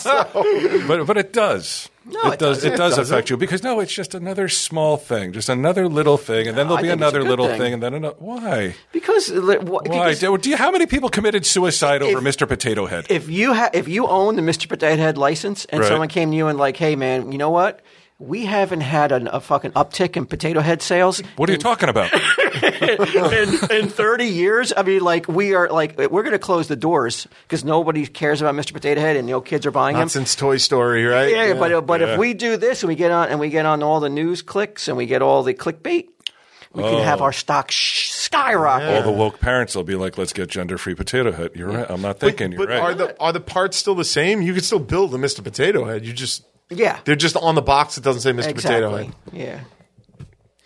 S1: but but it does.
S2: No,
S1: does. It
S2: it doesn't.
S1: does
S3: It doesn't.
S1: affect you because no, it's just another small thing, just another little thing, and then there'll
S2: I
S1: be
S2: think it's a
S1: another
S2: good
S1: little
S2: thing.
S1: thing. and then another. Why?
S2: because li- wh-
S1: Why?
S2: because
S1: Do, do you, how many people committed suicide over Mr. Potato Head?
S2: if you ha- if you own the Mr. Potato Head license and
S1: Right.
S2: someone came to you and like, hey man, you know what? We haven't had an, a fucking uptick in potato head sales
S1: what are you talking about?
S2: in, in 30 years i mean like we are like we're going to close the doors because nobody cares about mr potato head and you know kids are buying him
S3: Not since Toy Story, right?
S2: yeah, but uh, but
S1: Yeah.
S2: if we do this and we get on and we get on all the news clicks and we get all the clickbait we can have our stock sh- skyrocket
S1: Oh. All the woke parents will be like, "Let's get gender-free Potato Head." You're right. I'm not thinking.
S3: But
S1: you're
S3: are
S1: right.
S3: the are the parts still the same? You can still build a Mr. Potato Head. You just
S2: Yeah.
S3: they're just on the box that doesn't say Mr. Potato
S2: exactly
S3: Head.
S2: yeah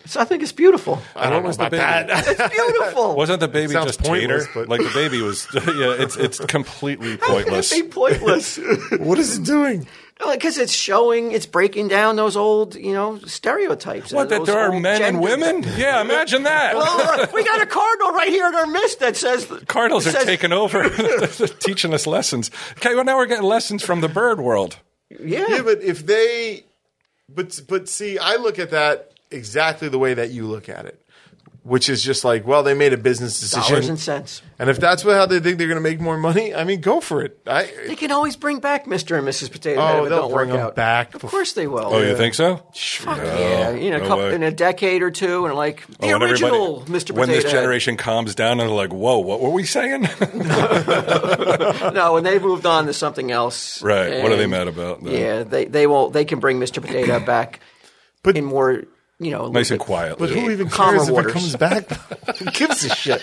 S2: so i think it's beautiful
S3: I don't know
S1: was the
S3: about
S1: baby?
S3: that.
S2: it's beautiful
S1: Wasn't the baby
S3: sounds
S1: just tater?
S3: pointless, but-
S1: Like the baby was. yeah, it's it's completely
S2: How can it
S1: pointless.
S2: be pointless
S3: what is it doing?
S2: because it's showing it's breaking down those old you know stereotypes
S1: What? That
S2: those
S1: there are
S2: old
S1: men and
S2: gender-
S1: women? Yeah, imagine that.
S2: Well, look, we got a cardinal right here in our midst that says
S1: Cardinals are
S2: says-
S1: taking over, They're teaching us lessons. Okay, well now we're getting lessons from the bird world.
S2: Yeah,
S3: Yeah, but if they, but but see, I look at that exactly the way that you look at it, which is just like, well, they made a business
S2: dollars
S3: decision,
S2: and cents.
S3: and if that's what, how they think they're going to make more money, I mean, go for it. I
S2: They can always bring back Mr. and Mrs. Potato Head
S3: Oh,
S2: if it
S3: they'll
S2: don't
S3: bring
S2: work
S3: 'em
S2: out.
S3: back
S2: Of course they will.
S1: Oh, you think so? Oh,
S2: yeah, in a
S1: no
S2: couple,
S1: way.
S2: in a decade or two, and like the
S1: Oh, when everybody-
S2: original Mr. Potato
S1: When this
S2: Head.
S1: generation calms down and they're like, "Whoa, what were we saying?"
S2: No, and they moved on to something else.
S1: Right, what are they
S2: And,
S1: mad about then?
S2: Yeah, they they will. They can bring Mr. Potato back
S3: But-
S2: in more you know, a
S1: nice
S2: little
S1: and quiet.
S2: bit-
S3: But who
S2: Yeah,
S3: even
S2: calmer
S3: cares if
S2: waters.
S3: it comes back? who gives a shit?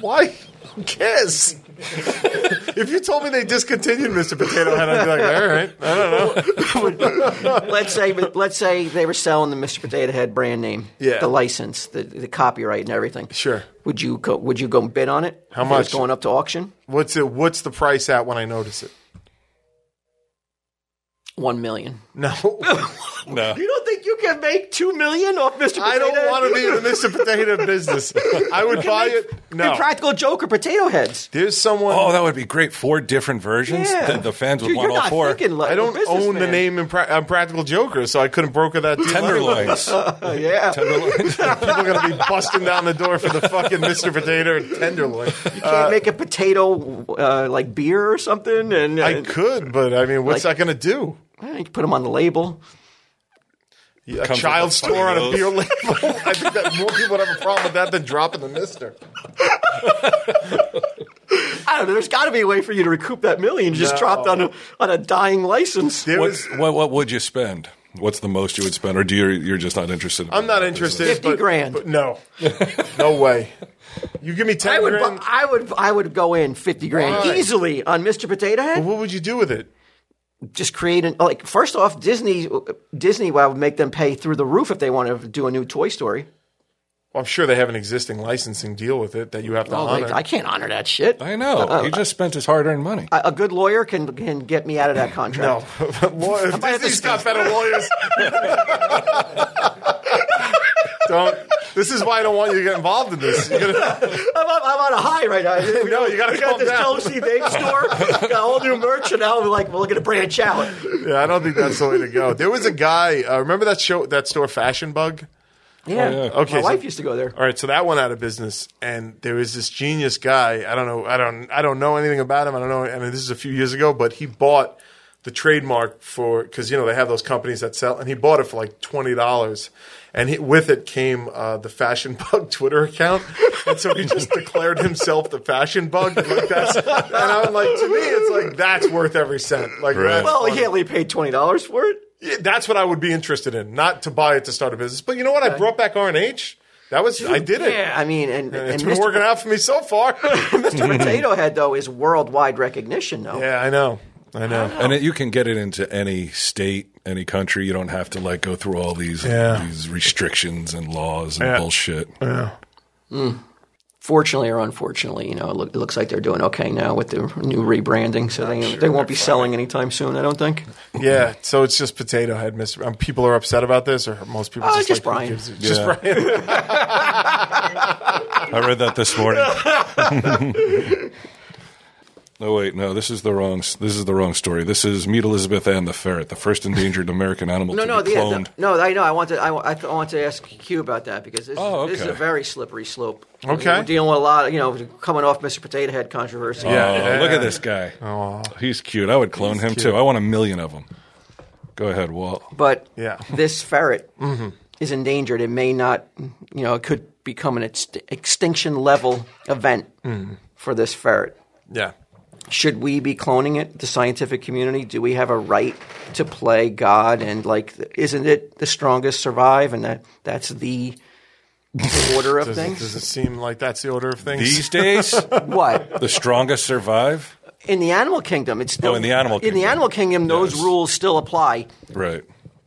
S3: Why? Who cares? if you told me they discontinued Mr. Potato Head, I'd be like, all right, I don't know.
S2: let's say let's say they were selling the Mr. Potato Head brand name,
S3: Yeah.
S2: the license, the, the copyright, and everything.
S3: Sure.
S2: Would you go? Would you go and bid on it?
S3: How
S2: If it was
S3: much?
S2: going up to auction?
S3: What's it? What's the price at when I notice it?
S2: One million.
S3: No,
S1: No.
S2: You don't think you can make two million off Mr. Potato
S3: I don't
S2: Head?
S3: want to be in the Mr. Potato business. I would buy it. No,
S2: Impractical Joker potato heads.
S3: there's someone.
S1: Oh, that would be great. Four different versions.
S2: Yeah.
S1: The, the fans would
S2: Dude,
S1: want
S2: you're
S1: all
S2: not
S1: four.
S2: Thinking like
S3: I don't
S2: a businessman.
S3: own the name Impra- Impractical Joker, so I couldn't broker that. deal.
S1: Tenderloins.
S2: Oh, Yeah.
S1: Tenderloins.
S3: People are going to be busting down the door for the fucking Mr. Potato and Tenderloin.
S2: Can't make a potato uh, like beer or something, and uh,
S3: I could, but I mean, what's
S2: Like-
S3: that going to do?
S2: you put them on the label.
S3: A
S1: with
S3: child
S1: a
S3: store on
S1: funny
S3: a beer label. I think that more people would have a problem with that than dropping the Mister.
S2: I don't know. There's got to be a way for you to recoup that million you just
S3: No.
S2: dropped on a on a dying license.
S3: There
S1: what,
S3: was-
S1: what, what would you spend? What's the most you would spend? Or do you, you're just not interested? in
S3: I'm not
S1: that
S3: interested.
S1: business?
S2: 50
S3: but-
S2: grand.
S3: but no, no way. You give me ten
S2: I would,
S3: grand.
S2: bu- I would, I would go in fifty grand
S3: Why?
S2: easily on Mr. Potato Head.
S3: what would you do with it?
S2: Just create an like. First off, Disney, Disney, well, I would make them pay through the roof if they want to do a new Toy Story.
S3: Well, I'm sure they have an existing licensing deal with it that you have to
S2: Oh,
S3: honor.
S2: like, I can't honor that shit.
S1: I know. he just spent his hard earned money.
S2: A a good lawyer can can get me out of that contract.
S3: no, Law-
S2: might have to
S3: Disney's got better lawyers. don't. This is why I don't want you to get involved in this. You're gonna,
S2: I'm, on- I'm on a high right now.
S3: No, you gotta
S2: We got
S3: calm
S2: this
S3: down.
S2: Chelsea vape store, got all new merch, and now we're like, we're going to branch out.
S3: yeah, I don't think that's the way to go. There was a guy. Uh, remember that show? That store, Fashion Bug.
S2: Yeah.
S3: Okay,
S2: My
S3: so-
S2: wife used to go there.
S3: All right, so that went out of business, and there was this genius guy. I don't know. I don't. I don't know anything about him. I don't know. I mean, this is a few years ago, but he bought the trademark for because you know they have those companies that sell, and he bought it for like twenty dollars. And he, with it came uh, the Fashion Bug Twitter account, and so he just declared himself the Fashion Bug. Like that's, and I'm like, to me, it's like that's worth every cent. Like,
S1: Right.
S3: that's
S2: Well,
S3: funny.
S2: he only paid $20 for it.
S3: Yeah, that's what I would be interested in. Not to buy it to start a business, but you know what? I brought back R and H. That was I did it.
S2: I mean, and, and,
S3: It's been
S2: Mr.
S3: working out for me so far.
S2: Mr. Potato Head, though, is worldwide recognition, though.
S3: yeah, I know. I know.
S1: And it, you can get it into any state, any country. You don't have to like go through all these
S3: Yeah.
S1: these restrictions and laws and
S3: Yeah.
S1: bullshit.
S2: Fortunately or unfortunately, you know, it, look, it looks like they're doing okay now with the new rebranding, so they, they won't be selling anytime soon, I don't think.
S3: Yeah, so it's just potato head, Mister. Um, people are upset about this, or most people.
S2: Oh,
S3: just,
S2: just
S3: like, who
S2: Brian.
S3: gives a- Just
S1: Yeah.
S3: Brian.
S1: I read that this morning. No wait, no. This is the wrong. This is the wrong story. This is Meet Elizabeth Ann the ferret, the first endangered American animal
S2: No,
S1: to
S2: no,
S1: be
S2: the,
S1: cloned.
S2: no, I know. I want to, I, wa- I th- I want to ask Q about that because this,
S1: Oh,
S2: is, this is a
S1: okay.
S2: very slippery slope.
S3: Okay.
S2: We're dealing with a lot, of, you know, coming off Mr. Potato Head controversy.
S1: Oh, look at this guy. He's cute. I would clone him too. I want a million of them. Go ahead, Walt.
S2: But
S3: Yeah.
S2: this ferret
S1: Mm-hmm.
S2: is endangered. It may not, you know, it could become an ext- extinction level event
S1: Mm.
S2: for this ferret.
S3: yeah.
S2: Should we be cloning it, the scientific community? Do we have a right to play God? And, like, isn't it the strongest survive? And that that's the order of
S3: Does, it-
S2: things?
S3: does it seem like that's the order of things?
S1: These days, the
S2: What?
S1: strongest survive.
S2: in the animal kingdom, it's still
S1: Oh, in the animal
S2: in the
S1: kingdom.
S2: animal kingdom, those
S1: Yes.
S2: rules still apply.
S1: Right.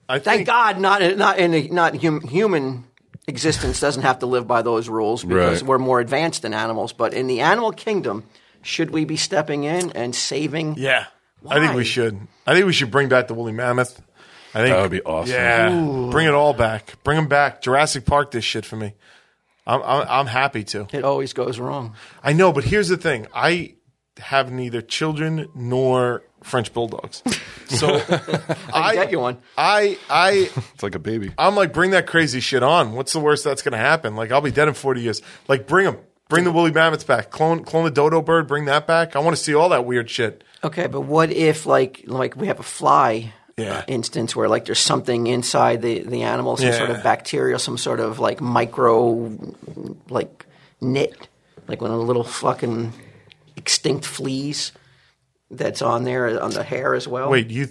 S3: I
S2: Thank
S3: think.
S2: God, not not in a, not hum, human existence doesn't have to live by those rules because
S1: Right.
S2: we're more advanced than animals. But in the animal kingdom, should we be stepping in and saving?
S3: Yeah, I think
S2: Why?
S3: we should. I think we should bring back the woolly mammoth. I think
S1: That would be awesome.
S3: Yeah, bring it all back. Bring them back. Jurassic Park. This shit for me. I'm I'm, I'm happy to.
S2: It always goes wrong.
S3: I know, but here's the thing. I have neither children nor French bulldogs. So
S2: I,
S3: I
S2: can get you one.
S3: I I
S1: It's like a baby.
S3: I'm like bring that crazy shit on. What's the worst that's going to happen? Like I'll be dead in 40 years. Like bring them. Bring the woolly mammoths back. Clone clone the dodo bird, bring that back. I want to see all that weird shit.
S2: Okay, but what if like like we have a fly
S3: Yeah.
S2: uh, instance where like there's something inside the the animal, some sort
S3: Yeah.
S2: of bacteria, some sort of like micro like knit, like one of the little fucking extinct fleas that's on there on the hair as well.
S3: Wait, you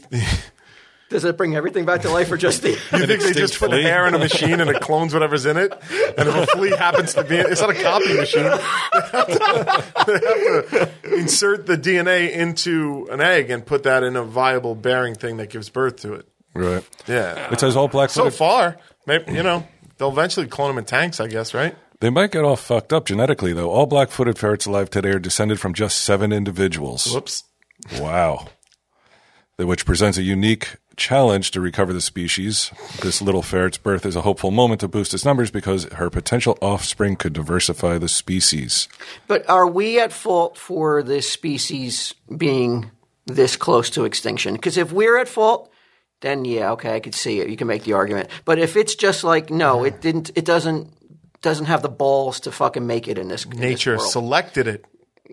S2: Does it bring everything back to life or just the?
S3: You think they just
S1: extinct
S3: put
S1: flea?
S3: the hair in a machine and it clones whatever's in it? And if a flea happens to be in it's not a copy machine. They have, to, they have to insert the DNA into an egg and put that in a viable bearing thing that gives birth to it.
S1: Right.
S3: Yeah.
S1: It says all black
S3: So far, maybe, you know, they'll eventually clone them in tanks, I guess, right?
S1: They might get all fucked up genetically, though. All black footed ferrets alive today are descended from just seven individuals.
S3: Whoops.
S1: Wow. The- Which presents a unique challenge to recover the species. This little ferret's birth is a hopeful moment to boost its numbers because her potential offspring could diversify the species.
S2: But are we at fault for this species being this close to extinction? Because if we're at fault, then yeah, okay, I could see it. You can make the argument. But if it's just like no, it didn't. It doesn't doesn't have the balls to fucking make it in this in this
S3: Nature
S2: world.
S3: selected it.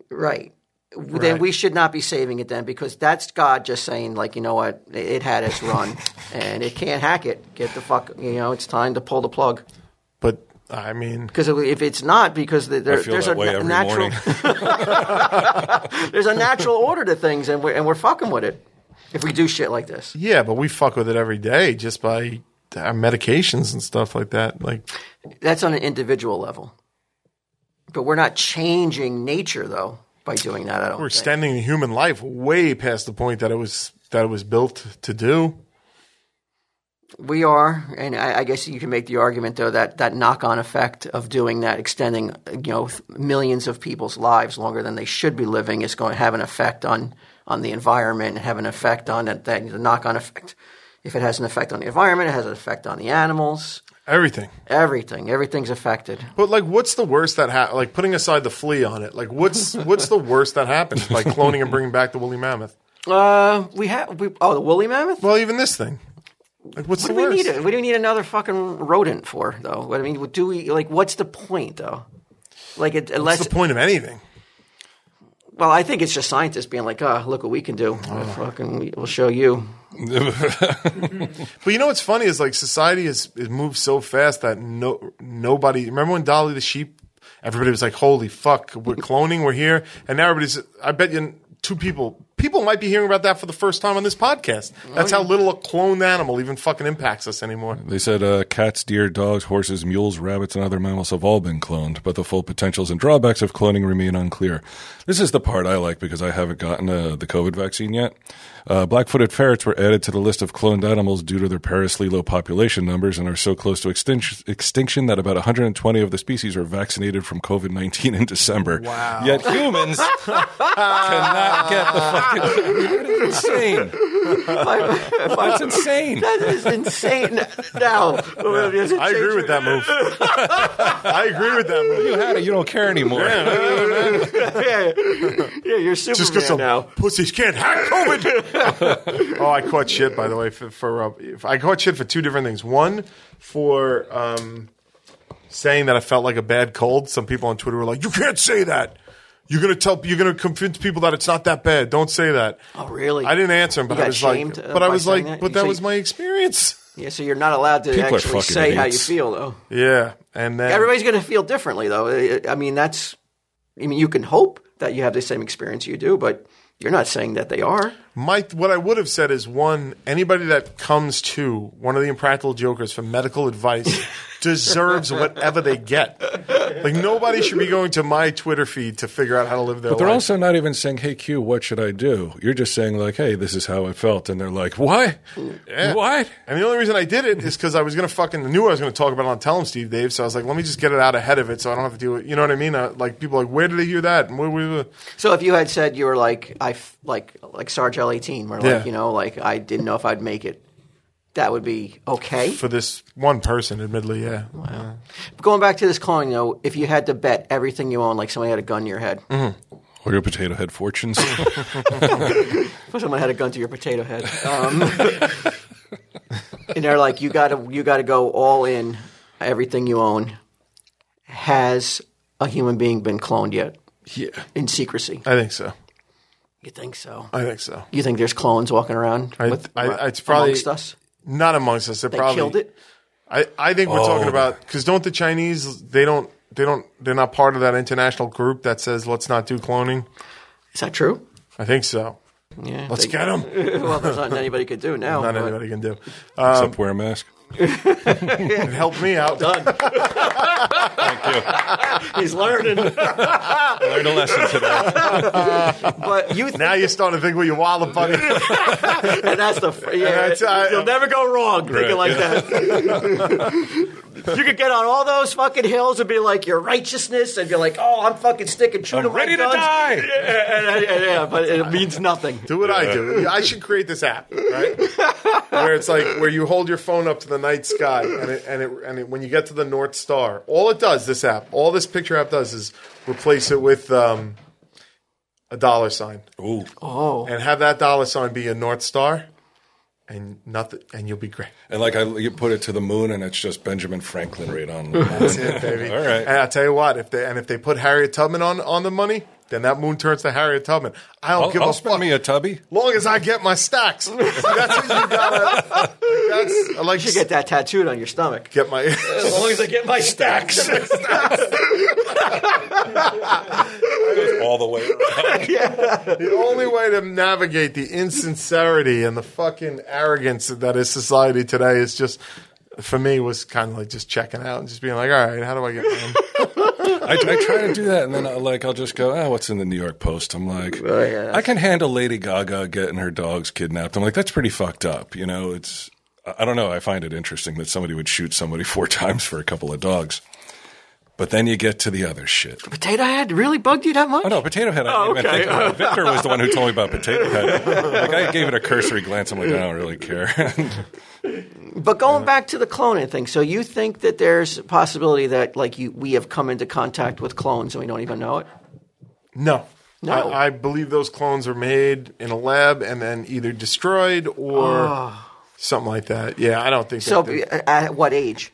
S2: right. Then we should not be saving it then because that's God just saying like you know what it it had its run and it can't hack it get the fuck you know it's time to pull the plug
S3: But, I mean,
S2: because if it's not because the- there,
S1: I feel
S2: there's
S1: that
S2: a
S1: way
S2: na-
S1: every
S2: natural
S1: morning.
S2: there's a natural order to things, and we're, and we're fucking with it if we do shit like this.
S3: yeah, but we fuck with it every day just by our medications and stuff like that. Like,
S2: That's on an individual level, but we're not changing nature though by doing that. I don't.
S3: we're
S2: think.
S3: extending human life way past the point that it was that it was built to do.
S2: we are, and I, I guess you can make the argument though that that knock-on effect of doing that, extending you know th- millions of people's lives longer than they should be living, is going to have an effect on on the environment and have an effect on that, that the knock-on effect. If it has an effect on the environment, it has an effect on the animals.
S3: Everything.
S2: Everything, everything's affected.
S3: But like what's the worst that happened? Like putting aside the flea on it. Like what's what's the worst that happened by cloning and bringing back the woolly mammoth?
S2: Uh, we have we oh the woolly mammoth.
S3: Well, even this thing. Like what's
S2: What
S3: the
S2: do we
S3: worst?
S2: need? it? What do we need another fucking rodent for though? What I mean, do we like? What's the point though? Like it,
S3: What's
S2: unless
S3: the point of anything?
S2: well, I think it's just scientists being like, ah, look what we can do.
S1: Oh.
S2: Fucking, we- we'll show you.
S3: But you know what's funny is like society has, has moved so fast that no nobody remember when Dolly the sheep everybody was like holy fuck we're cloning we're here and now everybody's I bet you two people people might be hearing about that for the first time on this podcast. That's how little a cloned animal even fucking impacts us anymore.
S1: They said uh, cats, deer, dogs, horses, mules, rabbits, and other mammals have all been cloned, but the full potentials and drawbacks of cloning remain unclear. This is the part I like because I haven't gotten uh, the COVID vaccine yet. Uh, Black footed ferrets were added to the list of cloned animals due to their perilously low population numbers and are so close to extin- extinction that about 120 of the species were vaccinated from COVID 19 in December. Wow. Yet humans cannot get the fucking. insane. That's insane.
S2: that is insane. Now,
S3: I agree with that move. I agree with that move.
S1: You had it. You don't care anymore.
S2: yeah, yeah, you're Superman
S3: Just because some
S2: now.
S3: pussies can't hack COVID. oh, I caught shit by the way for, for uh, if- I caught shit for two different things. One for um, saying that I felt like a bad cold. Some people on Twitter were like, "You can't say that. You're gonna tell. You're gonna convince people that it's not that bad. Don't say that."
S2: Oh, really?
S3: I didn't answer him, but
S2: You
S3: I
S2: got
S3: was
S2: shamed,
S3: like,
S2: uh,
S3: "But I
S2: by
S3: was
S2: saying
S3: like,
S2: that?
S3: but
S2: So
S3: that
S2: you-
S3: was my experience."
S2: Yeah, so you're not allowed to
S1: People are
S2: actually
S1: fucking
S2: say how you
S1: idiots.
S2: feel though.
S3: Yeah, and then
S2: Everybody's going to feel differently, though. I- I mean, that's. I mean, you can hope that you have the same experience you do, but you're not saying that they are.
S3: My what I would have said is one anybody that comes to one of the impractical jokers for medical advice deserves whatever they get. Like nobody should be going to my Twitter feed to figure out how to live their
S1: They're
S3: life.
S1: also not even saying, "Hey Q, what should I do?" You're just saying like, "Hey, this is how I felt," and they're like, "What? What?"
S3: and the only reason I did it is because I was gonna fucking knew I was gonna talk about it on Tell 'em Steve Dave, so I was like, let me just get it out ahead of it, so I don't have to do it. You know what I mean? Uh like people are like, where did they hear that? And where, where, where?
S2: So if you had said you were like I f- like like Sarge L eighteen, where like
S3: Yeah.
S2: you know like I didn't know if I'd make it, that would be okay.
S3: For this one person, admittedly, yeah. Wow.
S2: Going back to this cloning though, if you had to bet everything you own, like somebody had a gun to your head,
S1: Or your potato head fortunes.
S2: someone had a gun to your potato head, um, and they're like you gotta you gotta go all in. Everything you own has a human being been cloned yet
S1: yeah.
S2: in secrecy.
S3: I think so.
S2: You think so?
S3: I think so.
S2: You think there's clones walking around
S3: I,
S2: with, uh,
S3: I, it's probably
S2: amongst us?
S3: not amongst us. They
S2: They
S3: probably
S2: killed it.
S3: I, I think we're
S1: Oh.
S3: talking about because don't the Chinese they don't they don't they're not part of that international group that says let's not do cloning.
S2: Is that true?
S3: I think so.
S2: Yeah,
S3: Let's
S2: they-
S3: get them.
S2: well, there's nothing anybody could do now.
S3: Not
S2: but-
S3: anybody can do.
S1: Except wear a mask.
S3: It helped me out.
S2: Done.
S1: Thank you.
S2: He's learning.
S1: I learned a lesson today.
S2: But you think,
S3: Now you're starting to think with your wallet, buddy.
S2: and that's the yeah.
S3: that's- I-
S2: you'll never go wrong thinking
S1: Right,
S2: like that. you could get on all those fucking hills and be like your righteousness, and be like, oh, I'm fucking sticking true
S1: I'm
S2: to my
S1: ready to
S2: guns.
S1: die.
S2: Yeah, and- and- and- yeah, but it means nothing.
S3: Do what I do. I should create this app, right? where it's like where you hold your phone up to the night sky, and it, and it, and it, when you get to the North Star, all it does, this app, all this picture app does, is replace it with um, a dollar sign,
S1: Ooh.
S2: Oh,
S3: and have that dollar sign be a North Star, and nothing, and you'll be great.
S1: And like I, you put it to the moon, and it's just Benjamin Franklin right on.
S3: That's it, baby. Uh,
S1: All right.
S3: And I tell you what, if they and if they put Harriet Tubman on on the money, then that moon turns to Harriet Tubman. I don't
S1: I'll,
S3: give
S1: I'll
S3: a
S1: spend
S3: fuck.
S1: me a tubby.
S3: long as I get my stacks. See, that's what you gotta. That's I like
S2: you should get that tattooed on your stomach.
S3: get my.
S2: As long as I get my stacks.
S1: all the way around.
S3: the only way to navigate the insincerity and the fucking arrogance that is society today is just. For me, was kind of like just checking out and just being like, "All right, how do I get home?"
S1: I, I try to do that, and then I, like I'll just go, "Ah, what's in the New York Post?" I'm like,
S2: Oh, yeah, that's-
S1: I can handle Lady Gaga getting her dogs kidnapped. I'm like, that's pretty fucked up. You know, it's I I don't know. I find it interesting that somebody would shoot somebody four times for a couple of dogs. But then you get to the other shit.
S2: Potato head really bugged you that much?
S1: Oh no, Potato Head. I
S2: Oh,
S1: didn't even
S2: okay.
S1: think about. Victor was the one who told me about Potato Head. Like I gave it a cursory glance. I'm like, I don't really care.
S2: But going back to the cloning thing, so you think that there's a possibility that like you, we have come into contact with clones and we don't even know it?
S3: No.
S2: No.
S3: I, I believe those clones are made in a lab and then either destroyed or something like that. Yeah, I don't think
S2: Ah. So
S3: that-
S2: at at what age?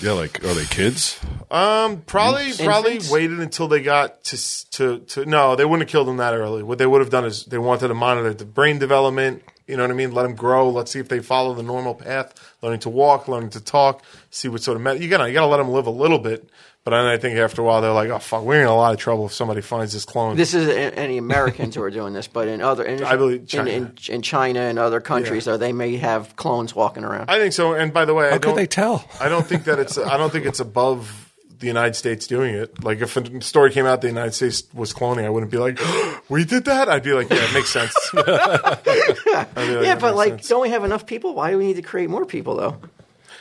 S1: yeah, like are they kids?
S3: Um, probably, probably
S2: Mm. Infants?
S3: waited until they got to s- to to. No, they wouldn't have killed them that early. What they would have done is they wanted to monitor the brain development. You know what I mean? Let them grow. Let's see if they follow the normal path, learning to walk, learning to talk. See what sort of med- you gotta you gotta let them live a little bit. But then I think after a while they're like, oh fuck, we're in a lot of trouble if somebody finds this clone.
S2: This is a- any Americans who are doing this, but in other in,
S3: I believe
S2: in-
S3: China.
S2: In, in, China and other countries, though they may have clones walking around.
S3: I think so. And by the way, I
S1: How
S3: don't,
S1: could they tell?
S3: I don't think that it's. I don't think it's above the United States doing it. Like if a story came out the United States was cloning, I wouldn't be like, "We did that." I'd be like, "Yeah, it makes sense." I'd be like,
S2: yeah,
S3: "That
S2: but
S3: makes
S2: like,
S3: sense."
S2: don't we have enough people? Why do we need to create more people though?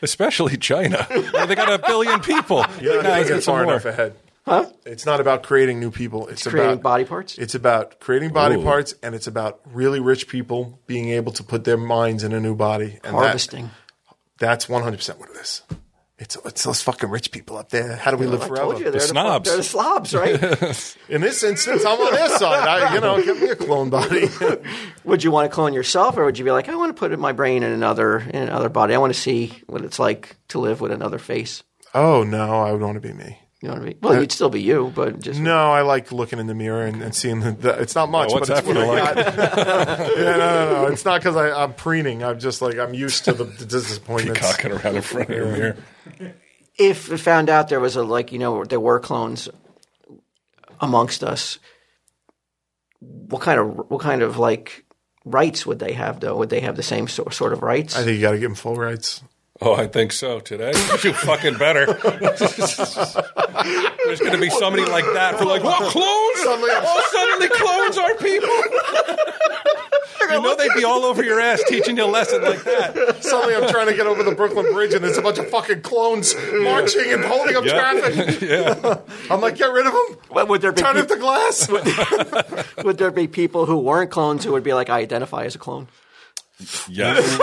S1: Especially China. they got a billion people.
S3: you're
S1: Nah,
S3: not
S1: let's
S3: thinking
S1: get some
S3: far
S1: more.
S3: enough ahead. Huh? It's not about creating new people. It's,
S2: Creating
S3: about
S2: body parts.
S3: It's about creating body
S1: Ooh.
S3: parts, and it's about really rich people being able to put their minds in a new body. And that-
S2: Harvesting.
S3: that's 100 percent what it is. It's it's those fucking rich people up there. How do we live
S2: I
S3: forever?
S2: told you, they're the,
S1: snobs.
S2: they're the slobs, right?
S3: In this instance, I'm on their side. I, you know, give me a clone body.
S2: would you want to clone yourself, or would you be like, I want to put in my brain in another in another body? I want to see what it's like to live with another face.
S3: oh no, I would want to be me.
S2: You know what I mean? Well, you'd still be you, but just
S3: No, I like looking in the mirror and, and seeing the, the. It's not much,
S1: what's
S3: but it's
S1: that
S3: what I
S1: feel like?
S3: got. yeah, no, no, no. It's not because I'm preening. I'm just like I'm used to the, the disappointments.
S1: Cocking around in front of your mirror.
S2: if it found out there was a like you know there were clones amongst us what kind of what kind of like rights would they have though would they have the same so, sort of rights
S3: I think you got to give them full rights.
S1: Oh, I think so. Today, you fucking better. There's going to be somebody like that for like, what clones?
S3: Suddenly I'm-
S1: oh, suddenly clones are people. you know they'd be all over your ass teaching you a lesson like that.
S3: Suddenly, I'm trying to get over the Brooklyn Bridge, and there's a bunch of fucking clones marching and holding up traffic.
S1: yeah.
S3: I'm like, get rid of them.
S2: But would there be
S3: Turn up
S2: peop-
S3: the glass.
S2: would there be people who weren't clones who would be like I identify as a clone
S1: Yes.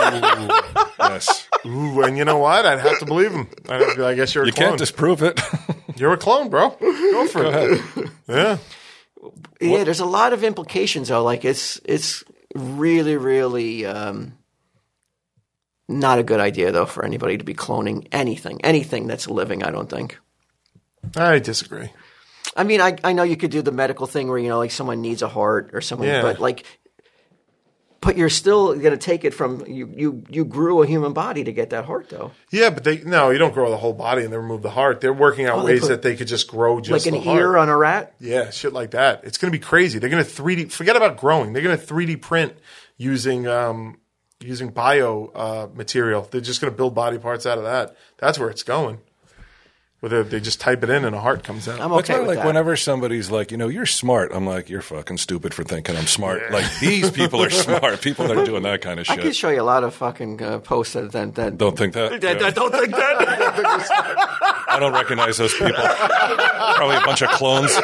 S1: yes.
S3: Ooh, and you know what? I'd have to believe him. I'd have to be like, I guess you're a
S1: You
S3: clone.
S1: can't disprove it.
S3: You're a clone, bro. Go for it. Yeah.
S2: yeah there's a lot of implications though like it's it's really really um not a good idea though for anybody to be cloning anything anything that's living I don't think
S3: I disagree.
S2: I mean, I, I know you could do the medical thing where you know, like someone needs a heart or someone,
S3: Yeah.
S2: but like, but you're still going to take it from you, you. You grew a human body to get that heart, though.
S3: Yeah, but they no, you don't grow the whole body and then remove the heart. They're working out
S2: Oh, they
S3: ways
S2: put-
S3: that they could just grow just
S2: like an
S3: the heart.
S2: ear on a rat.
S3: Yeah, shit like that. It's going to be crazy. They're going to 3D forget about growing. They're going to 3D print using um using bio uh material. They're just going to build body parts out of that. That's where it's going. Whether they just type it in and a heart comes out.
S2: I'm
S1: That's
S2: okay
S1: why,
S2: with
S1: like,
S2: that.
S1: whenever somebody's like, you know, you're smart, I'm like, you're fucking stupid for thinking I'm smart. Like, these people are smart. People that are doing that kind of
S2: I
S1: shit.
S2: can show you a lot of fucking uh, posts that that, that
S1: don't think that.
S2: that- that don't think that.
S1: I don't recognize those people. Probably a bunch of clones.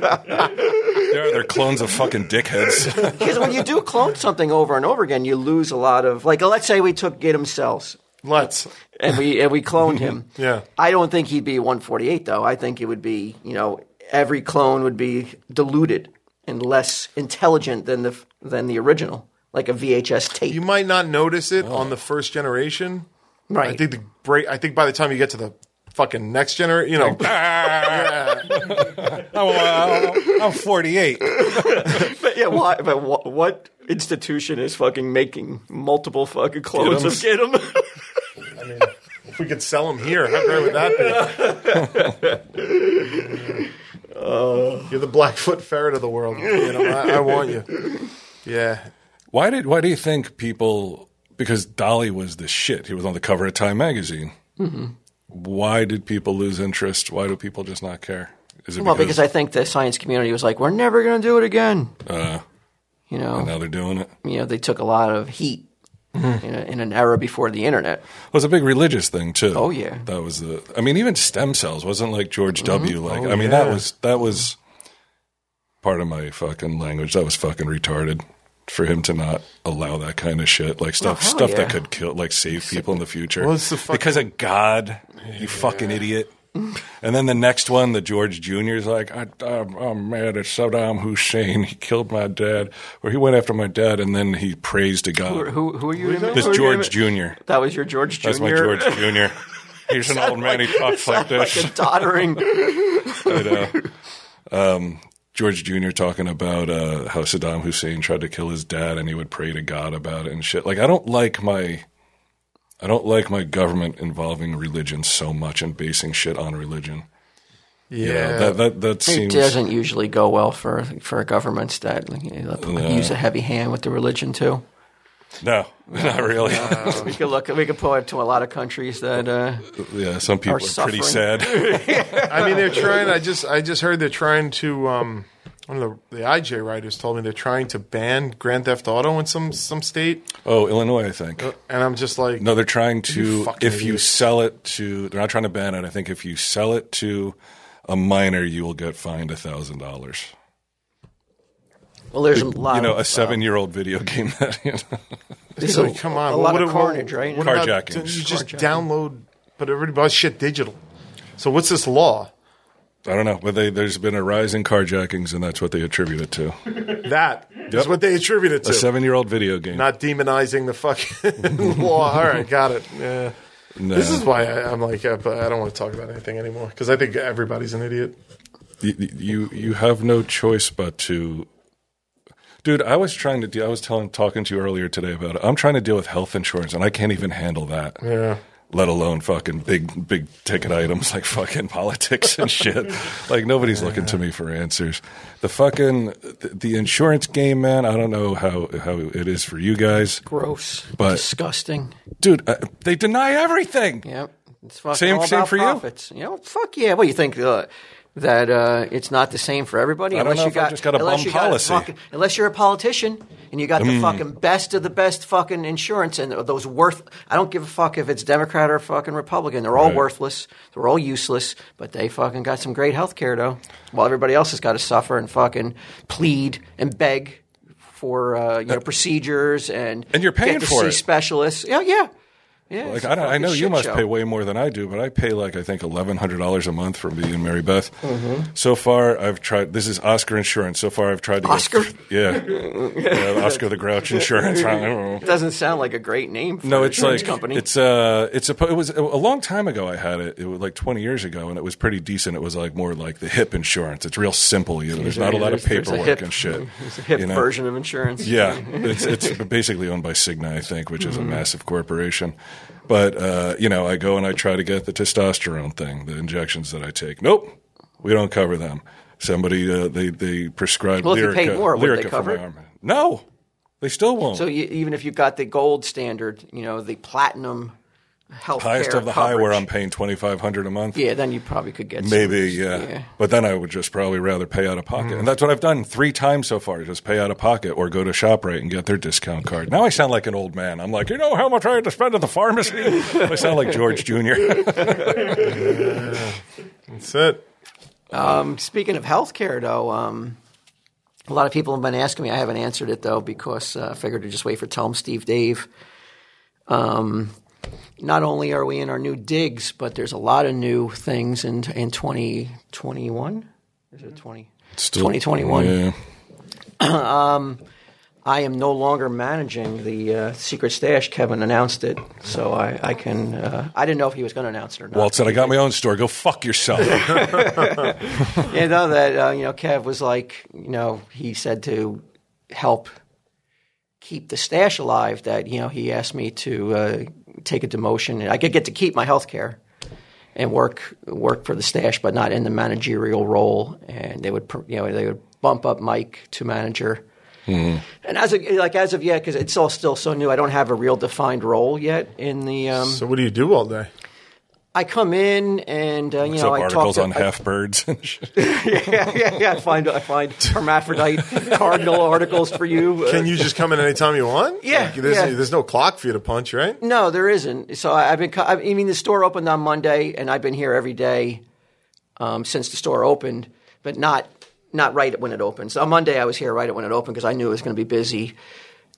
S1: they're, they're clones of fucking dickheads.
S2: Because when you do clone something over and over again, you lose a lot of like. Let's say we took Gidim cells
S3: Let's.
S2: and we and we cloned him.
S3: Yeah.
S2: I don't think he'd be 148 though. I think it would be you know every clone would be diluted and less intelligent than the than the original, like a VHS tape.
S3: You might not notice it
S2: Oh.
S3: on the first generation.
S2: right.
S3: I think the break I think by the time you get to the fucking next generation, you know,
S1: I'm, uh, I'm 48.
S2: But yeah, why? But wh- what institution is fucking making multiple fucking clones of Gidim?
S3: if we could sell them here, how great would that be?
S1: Uh.
S3: You're the Blackfoot ferret of the world. You know, I, I want you. Yeah,
S1: Why did why do you think people because Dolly was the shit. He was on the cover of Time magazine. Why did people lose interest? Why do people just not care? Is it
S2: well, because I think the science community was like, we're never going to do it again. you know,
S1: now they're doing it?
S2: you know, they took a lot of heat
S3: Hmm.
S2: in, a, in an era before the internet.
S1: It was a big religious thing too.
S2: Oh, yeah. Mm-hmm.
S1: that was the. I mean, even stem cells wasn't like George W. Like
S2: Oh,
S1: I mean, that was that was part of my fucking language. That was fucking retarded for him to not allow that kind of shit, like stuff
S2: hell
S1: stuff
S2: yeah.
S1: that could kill, like save people in the future.
S3: Well, it's the fucking-
S1: because of God, you fucking idiot. And then the next one, the George Jr.'s like, I, I'm, I'm mad at Saddam Hussein. He killed my dad, or he went after my dad, and then he prays to God.
S2: Who, who are you? Who
S1: This
S2: are you-
S1: George Jr.
S2: That was your George Jr.
S1: That's my George Jr. He's an old man. He talks like
S2: like
S1: this.
S2: a doddering.
S1: But, uh, um, George Jr. talking about uh, how Saddam Hussein tried to kill his dad, and he would pray to God about it and shit. Like I don't like my, I don't like my government involving religion so much and basing shit on religion.
S3: yeah.
S1: You know, that that that
S2: it
S1: seems.
S2: doesn't usually go well for for governments that you know, use a heavy hand with the religion too.
S1: No, not really.
S2: We could look. We could point to a lot of countries that. Uh,
S1: yeah, some people
S2: Are
S1: are, pretty
S2: suffering.
S1: sad.
S3: I mean, they're trying. I just, I just heard they're trying to. Um, one of the, the IJ writers told me they're trying to ban Grand Theft Auto in some some state,
S1: Oh, Illinois, I think.
S3: and I'm just like,
S1: No, they're trying to.
S3: You fucking
S1: if you
S3: idiot.
S1: sell it to, they're not trying to ban it. I think if you sell it to a minor, you will get fined a thousand dollars.
S2: well, there's a lot.
S1: You know,
S2: of,
S1: a seven-year-old video game that you know,
S3: it's
S2: there's
S3: like, come on,
S2: a lot
S3: what
S2: of
S3: about-
S2: carnage, right?
S3: what about-
S1: Carjackings.
S3: don't You just
S2: Carjacking.
S3: download, but everybody buys shit digital. So what's this law?
S1: I don't know, but they, there's been a rise in carjackings, and that's what they attribute it to.
S3: That is what they attribute it to.
S1: A seven-year-old video game.
S3: not demonizing the fucking law. All right, got it. Yeah.
S1: No.
S3: This is why I, I'm like, uh, but I don't want to talk about anything anymore because I think everybody's an idiot.
S1: you, you you have no choice but to dude i was trying to deal i was telling talking to you earlier today about it i'm trying to deal with health insurance and i can't even handle that
S3: Yeah.
S1: let alone fucking big big ticket items like fucking politics and shit like nobody's looking to me for answers the fucking the, the insurance game man i don't know how how it is for you guys
S2: gross,
S1: But-
S2: disgusting.
S1: dude uh, they deny everything
S2: Yep, it's fucking
S1: Same-
S2: all
S1: same
S2: about
S1: for you?
S2: profits. You? know, fuck yeah. What you think uh, that uh, it's not the same for everybody?
S1: I don't
S2: unless
S1: know
S2: you
S1: if I
S2: got,
S1: just got a
S2: unless
S1: bum
S2: you got
S1: policy. Mm.
S2: fucking- unless you're a politician and you got the fucking best of the best fucking insurance and those worth. I don't give a fuck if it's Democrat or fucking Republican. They're all
S1: Right.
S2: worthless. They're all useless. But they fucking got some great health care though, while everybody else has got to suffer and fucking plead and beg. For uh, you know, procedures and
S1: And you're paying
S2: get to
S1: for
S2: see
S1: it.
S2: specialists. Yeah, yeah. Yeah,
S1: Like
S2: it's
S1: I,
S2: a
S1: don't, I know
S2: fucking
S1: you
S2: shit
S1: must
S2: show.
S1: pay way more than I do, but I pay like I think eleven hundred dollars a month for me and Mary Beth.
S2: Mm-hmm.
S1: So far, I've tried. This is Oscar insurance. So far, I've tried to get-
S2: Oscar?
S1: yeah, yeah, Oscar the Grouch insurance. I don't know.
S2: It doesn't sound like a great name. For
S1: No,
S2: an
S1: it's
S2: insurance
S1: like
S2: company.
S1: it's uh it's a it was a long time ago I had it. It was like 20 years ago and it was pretty decent. It was like more like the hip insurance. It's real simple, you know. There's not a lot of
S2: There's- there's a
S1: paperwork
S2: hip-
S1: and shit.
S2: It's a hip
S1: you know?
S2: version of insurance.
S1: Yeah, it's it's basically owned by Cigna, I think, which
S2: Mm-hmm.
S1: is a massive corporation. But uh, you know, I go and I try to get the testosterone thing, the injections that I take. Nope, we don't cover them. Somebody uh, they they prescribed
S2: Well, if you
S1: Lyrica,
S2: paid more, would
S1: Lyrica
S2: they
S1: for
S2: cover
S1: my
S2: it?
S1: arm. No, they still won't.
S2: So you, even if you got the gold standard, you know the platinum health
S1: Highest of the high, where I'm paying twenty five hundred a month.
S2: Yeah, then you probably could get some.
S1: Maybe, yeah.
S2: Yeah. Mm.
S1: But then I would just probably rather pay out of pocket. And that's what I've done three times so far just pay out of pocket or go to ShopRite and get their discount card. Now I sound like an old man. I'm like, you know how much I had to spend at the pharmacy? I sound like George Jr.
S3: That's it.
S2: Um, speaking of healthcare, though, um, a lot of people have been asking me. I haven't answered it though because uh, I figured to just wait for Tell 'em Steve Dave. Um, not only are we in our new digs, but there's a lot of new things in in 2021. Is it 20? 2021.
S1: Yeah.
S2: I am no longer managing the uh, secret stash. Kevin announced it, so I, I can. Uh, I didn't know if he was going to announce it or not.
S1: Walt said, I got my own store. Go fuck yourself.
S2: you know that uh, you know Kev was like you know he said to help keep the stash alive that you know he asked me to uh, take a demotion and I could get to keep my health care and work work for the stash but not in the managerial role and they would pr- you know they would bump up Mike to manager
S1: Mm-hmm.
S2: and as of, like as of yet because it's all still so new I don't have a real defined role yet in the um,
S3: So what do you do all day?
S2: I come in and uh, you
S1: so
S2: know I talk
S1: articles
S2: to,
S1: on
S2: I-
S1: half birds and shit.
S2: yeah, yeah, yeah. I find I find hermaphrodite cardinal articles for you. Uh,
S3: Can you just come in anytime you want?
S2: Yeah,
S3: Like, there's,
S2: yeah.
S3: there's no clock for you to punch, right?
S2: no, there isn't. So I, I've been. co- I mean, the store opened on Monday, and I've been here every day um, since the store opened, but not not right at when it opened. So on Monday, I was here right at when it opened because I knew it was going to be busy.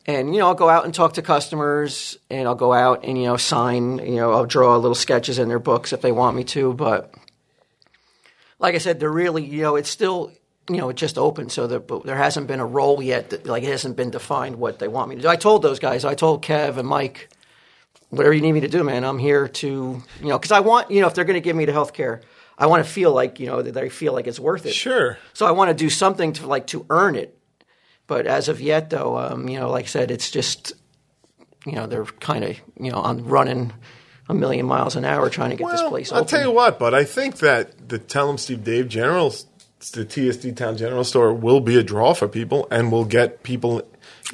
S2: And you know, I'll go out and talk to customers, and I'll go out and you know sign. You know, I'll draw little sketches in their books if they want me to, but. like I said, they're really you know it's still you know it just opened, so there, but there hasn't been a role yet. That, like it hasn't been defined what they want me to do. I told those guys, I told Kev and Mike, whatever you need me to do, man, I'm here to you know because I want you know if they're going to give me the health care, I want to feel like you know that they feel like it's worth it.
S3: Sure.
S2: So I want to do something to like to earn it. But as of yet, though, um, you know, like I said, it's just you know they're kind of you know I'm running a million miles an hour trying to get this place
S3: I'll
S2: open.
S3: tell you what, but I think that the Tell 'em Steve Dave General, the TSD Town General Store, will be a draw for people and will get people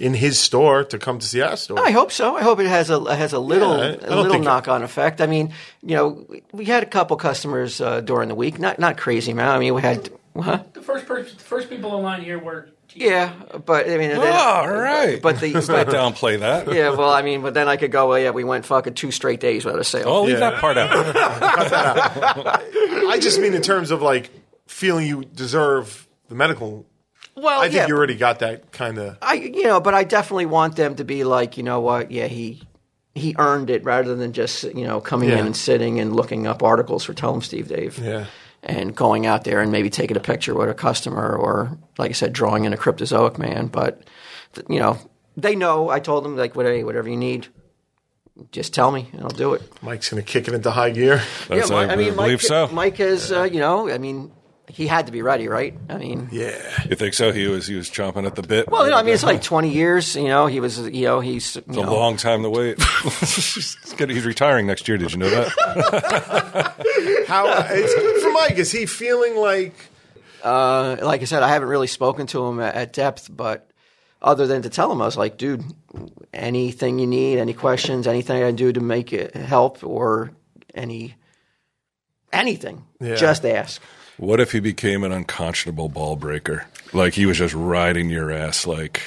S3: in his store to come to see our store.
S2: I hope so. I hope it has a has a little
S3: Yeah, I- I don't
S2: a little
S3: think-
S2: knock on effect. I mean, you know, we- we had a couple customers uh, during the week. Not not crazy amount. I mean, we had, huh?
S4: The first person, the first people in line here were
S2: Yeah, but I mean, then-
S3: Ah.
S1: All right.
S2: But the
S1: Not downplay that.
S2: yeah, well, I mean, but then I could go. Well, yeah, we went fucking two straight days without a sale.
S1: I'll leave
S3: Yeah.
S1: that part out.
S3: I just mean in terms of like feeling you deserve the medical.
S2: well,
S3: I think
S2: Oh, yeah,
S3: you already got that kind of.
S2: I you know, but I definitely want them to be like, you know what? Yeah, he he earned it rather than just you know coming
S3: Yeah.
S2: in and sitting and looking up articles for Tell 'em Steve Dave.
S3: Yeah.
S2: and going out there and maybe taking a picture with a customer or, like I said, drawing in a cryptozoic man. But, th- you know, they know. I told them, like, whatever, whatever you need, just tell me and I'll do it.
S3: Mike's going to kick it into high gear.
S1: That's- I, believe
S2: Mike,
S1: so.
S2: Mike has, uh, you know, I mean, he had to be ready, right? I mean,
S3: Yeah.
S1: you think so? He was he was chomping at the bit.
S2: well, you know, I mean, it's like 20 years, you know, he was, you know, he's, you
S1: a
S2: know,
S1: long time to wait. It's good- He's retiring next year. Did you know that?
S3: How it's good for Mike. Is he feeling like
S2: uh, like I said, I haven't really spoken to him at, at depth, but other than to tell him, I was like, dude, anything you need, any questions, anything I can do to make it help, or any anything,
S3: Yeah.
S2: just ask.
S1: What if he became an unconscionable ball breaker? Like he was just riding your ass. Like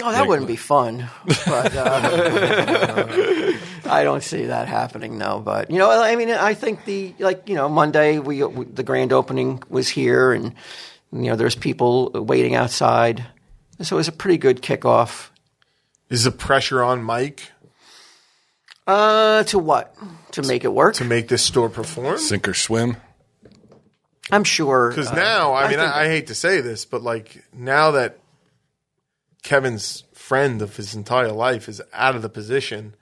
S2: Oh, that wouldn't be fun. But uh, I don't see that happening, no. But you know, I mean, I think the like you know Monday we, we the grand opening was here, and you know there's people waiting outside, so it was a pretty good kickoff.
S3: is the pressure on Mike?
S2: Uh, to what? To make it work?
S3: to make this store perform?
S1: Sink or swim.
S2: I'm sure.
S3: Because
S2: uh,
S3: now, I mean, I,
S2: think-
S3: I, hate to say this, but like now that Kevin's friend of his entire life is out of the position,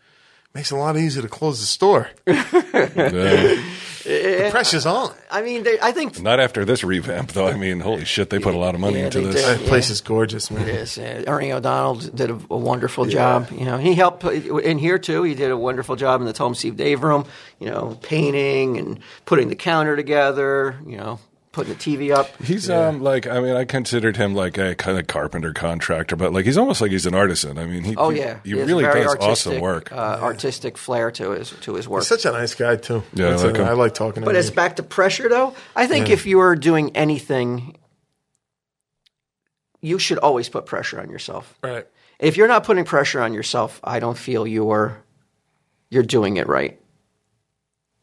S3: makes it a lot easier to close the store.
S1: Yeah.
S3: The pressure's on.
S2: I mean, they, I think
S1: Not after this revamp, though. I mean, holy shit, they put a lot of money
S2: Yeah,
S1: into
S2: they
S1: this.
S2: did.
S3: That place is gorgeous, man.
S2: Yes, uh, Ernie O'Donnell did a, a wonderful job. You know, he helped in here too. He did a wonderful job in the Tom Steve Dave room. You know, painting and putting the counter together. You know, putting the TV up.
S1: He's um like I mean I considered him like a kind of carpenter contractor, but like he's almost like he's an artisan. I mean he
S2: Oh
S1: he-
S2: yeah,
S1: he,
S2: has a
S1: really
S2: very
S1: does awesome
S2: artistic,
S1: work.
S2: Uh, Artistic flair to his to his work.
S3: He's such a nice guy too.
S1: Yeah, I
S3: That's
S1: like
S3: it.
S1: him.
S3: I like talking to
S2: But
S3: him.
S2: it's back to pressure, though. I think if you are doing anything, you should always put pressure on yourself.
S3: right.
S2: If you're not putting pressure on yourself, I don't feel you're you're doing it right.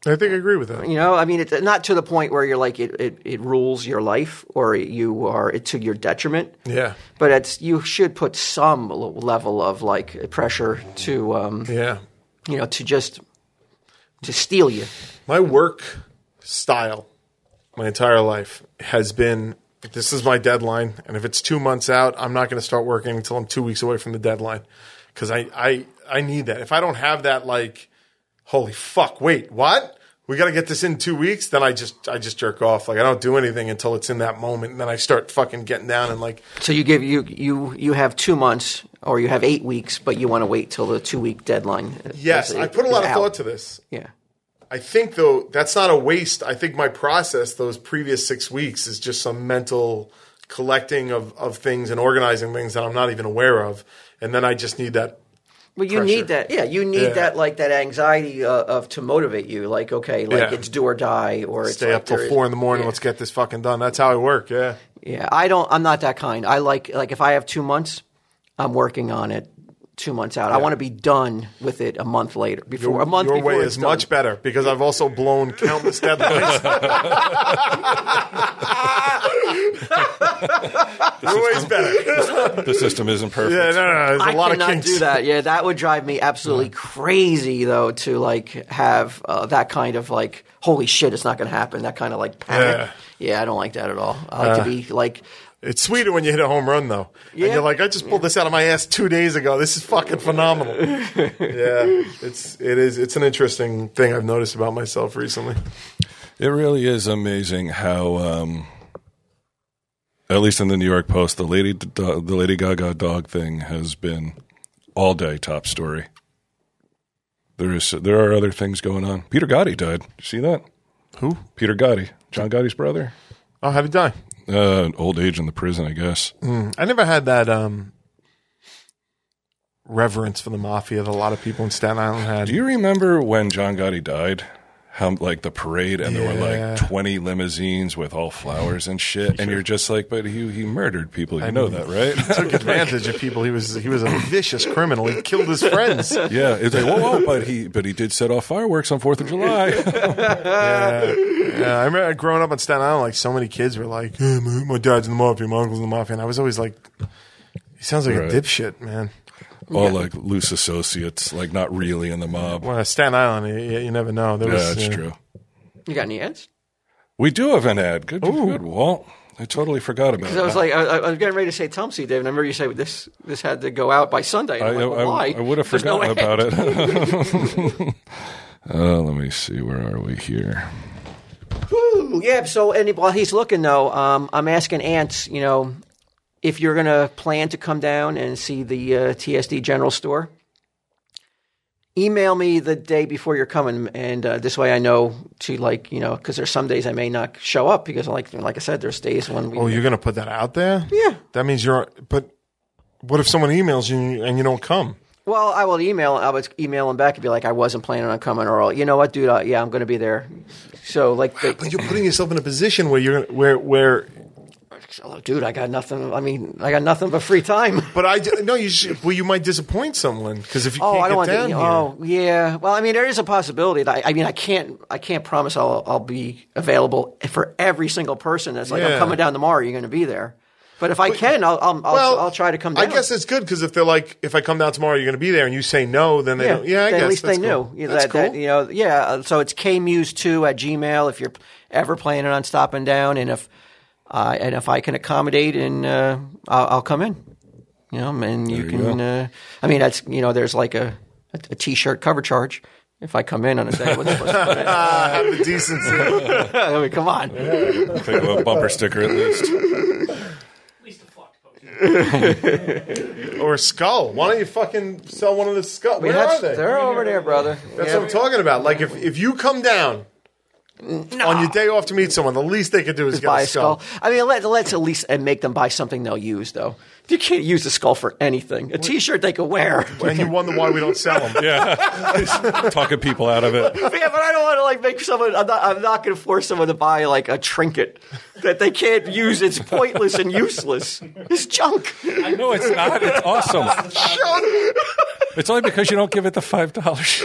S3: I think I agree with that.
S2: You know, I mean, it's not to the point where you're like it, it, it rules your life or you are to your detriment.
S3: Yeah.
S2: But it's you should put some l- level of like pressure to um,
S3: Yeah.
S2: you know to just to steal you.
S3: my work style my entire life has been this is my deadline and if it's two months out i'm not going to start working until i'm two weeks away from the deadline because I, I i need that if i don't have that like holy fuck wait what we got to get this in two weeks then i just i just jerk off like i don't do anything until it's in that moment and then i start fucking getting down and like
S2: So you give you you you have two months or you have eight weeks, but you want to wait till the two week deadline. is-
S3: yes
S2: is-
S3: i put a lot
S2: is
S3: of
S2: out.
S3: thought to this
S2: Yeah.
S3: I think though that's not a waste. I think my process those previous six weeks is just some mental collecting of, of things and organizing things that I'm not even aware of, and then I just need that.
S2: Well, you
S3: Pressure.
S2: need that. Yeah, you need
S3: Yeah.
S2: that like that anxiety uh, of to motivate you. Like okay, like
S3: Yeah.
S2: it's do or die, or it's
S3: Stay
S2: like
S3: up till
S2: there is-
S3: four in the morning. Let's get this fucking done. That's how I work. Yeah,
S2: Yeah, I don't. I'm not that kind. I like like if I have two months, I'm working on it two months out. I want to be done with it a month later. Before a month.
S3: your
S2: before
S3: way
S2: it's
S3: is
S2: done.
S3: much better because I've also blown countless deadlines. your way's better.
S1: the system isn't perfect.
S3: Yeah, no, no, no. There's a
S2: I
S3: lot
S2: cannot
S3: of kinks.
S2: do that. Yeah, that would drive me absolutely crazy though to like have uh, that kind of like holy shit, it's not going to happen. That kind of like panic. Yeah. I don't like that at all. I
S3: Uh.
S2: like to be like.
S3: It's sweeter when you hit a home run, though. And
S2: Yeah.
S3: you're like, I just pulled this out of my ass two days ago. This is fucking phenomenal. yeah, it's it is. It's an interesting thing I've noticed about myself recently.
S1: It really is amazing how, um, at least in the New York Post, the lady the Lady Gaga dog thing has been all day top story. There is there are other things going on. Peter Gotti died. You see that?
S3: Who?
S1: Peter Gotti, John Gotti's brother.
S3: Oh, how did I?
S1: Uh, old age in the prison, I guess.
S3: I never had that um reverence for the mafia that a lot of people in Staten Island had.
S1: Do you remember when John Gotti died? How like the parade, and there were
S3: Yeah.
S1: like twenty limousines with all flowers and shit, and you're just like, but he he murdered people. You know that, right?
S3: took advantage of people. He was he was a vicious criminal. He killed his friends.
S1: Yeah, it's like whoa, whoa, but he but he did set off fireworks on Fourth of July.
S3: Yeah, I remember growing up on Staten Island, like so many kids were like, "Eh, my, my dad's in the mafia, my uncle's in the mafia. And I was always like, he sounds like
S1: Right.
S3: a dipshit, man.
S1: All like loose associates, like not really in the mob. Yeah,
S3: Well, Staten Island, you, you never know. There was,
S1: that's
S3: uh,
S1: true.
S2: You got any ads?
S1: We do have an ad. Good, good, Walt. I totally forgot about
S2: Because I was
S1: that.
S2: like, I, I was getting ready to say Tom C. Dave, and I remember you said this this had to go out by Sunday.
S1: I,
S2: And I'm like,
S1: I-
S2: why?
S1: I would have
S2: There's no
S1: forgotten
S2: way.
S1: about it. uh, let me see. Where are we here?
S2: Ooh, yeah. So, and while he's looking though, um, I'm asking Ants, you know, if you're going to plan to come down and see the uh, TSD General Store. Email me the day before you're coming, and uh, this way I know to like you know because there's some days I may not show up because like like I said there's days when we
S3: Oh, you're gonna put that out there?
S2: Yeah.
S3: That means you're. But what if someone emails you and you don't come?
S2: Well, I will email. I would email him back and be like, I wasn't planning on coming, or I'll- you know what, dude? Uh, yeah, I'm going to be there. So like, they,
S3: But you're putting yourself in a position where you're where where.
S2: oh, dude, I got nothing. I mean, I got nothing but free time.
S3: But I d- no, you should, well, you might disappoint someone because if you
S2: Oh,
S3: can't
S2: I don't
S3: get
S2: want
S3: down
S2: to.
S3: here,
S2: Oh, yeah. Well, I mean, there is a possibility that I, I mean, I can't. I can't promise I'll I'll be available for every single person that's like,
S3: Yeah.
S2: I'm coming down tomorrow. You're going to be there. But if I can, I'll I'll, I'll,
S3: well,
S2: I'll try to come down.
S3: I guess it's good because if they're like, if I come down tomorrow, you're going to be there, and you say no, then they
S2: yeah,
S3: don't. Yeah, I
S2: then
S3: guess
S2: at least
S3: that's
S2: they
S3: cool.
S2: knew. Yeah,
S3: That's
S2: that, that,
S3: cool.
S2: you know, yeah. uh, So it's kmuse2 at Gmail if you're ever planning on stopping down, and if uh, and if I can accommodate, and uh, I'll, I'll come in. You know, and you
S1: There you
S2: can.
S1: go.
S2: uh, I mean, that's you know, there's like a a a t-shirt cover charge. If I come in on a day, what's supposed to
S3: Ah, have the decency.
S2: be? I mean, come on.
S1: Pick up a bumper sticker at least.
S4: At least a flock poster.
S3: or skull. Why don't you fucking sell one of the skull?
S2: We
S3: Where
S2: have-
S3: are they?
S2: They're over there, brother.
S3: That's
S2: Yeah.
S3: what I'm talking about. Like if, if you come down on your day off to meet someone, the least they could do is get
S2: buy
S3: a skull.
S2: I mean, let, let's at least uh, make them buy something they'll use, though. You can't use the skull for anything. A T-shirt they could wear.
S3: And you wonder why we don't sell them.
S1: Yeah, talking people out of it.
S2: yeah, but I don't want to like make someone. I'm not. I'm not going to force someone to buy like a trinket that they can't use. It's pointless and useless. It's junk.
S1: No, it's not. It's awesome. It's only because you don't give it the five dollars.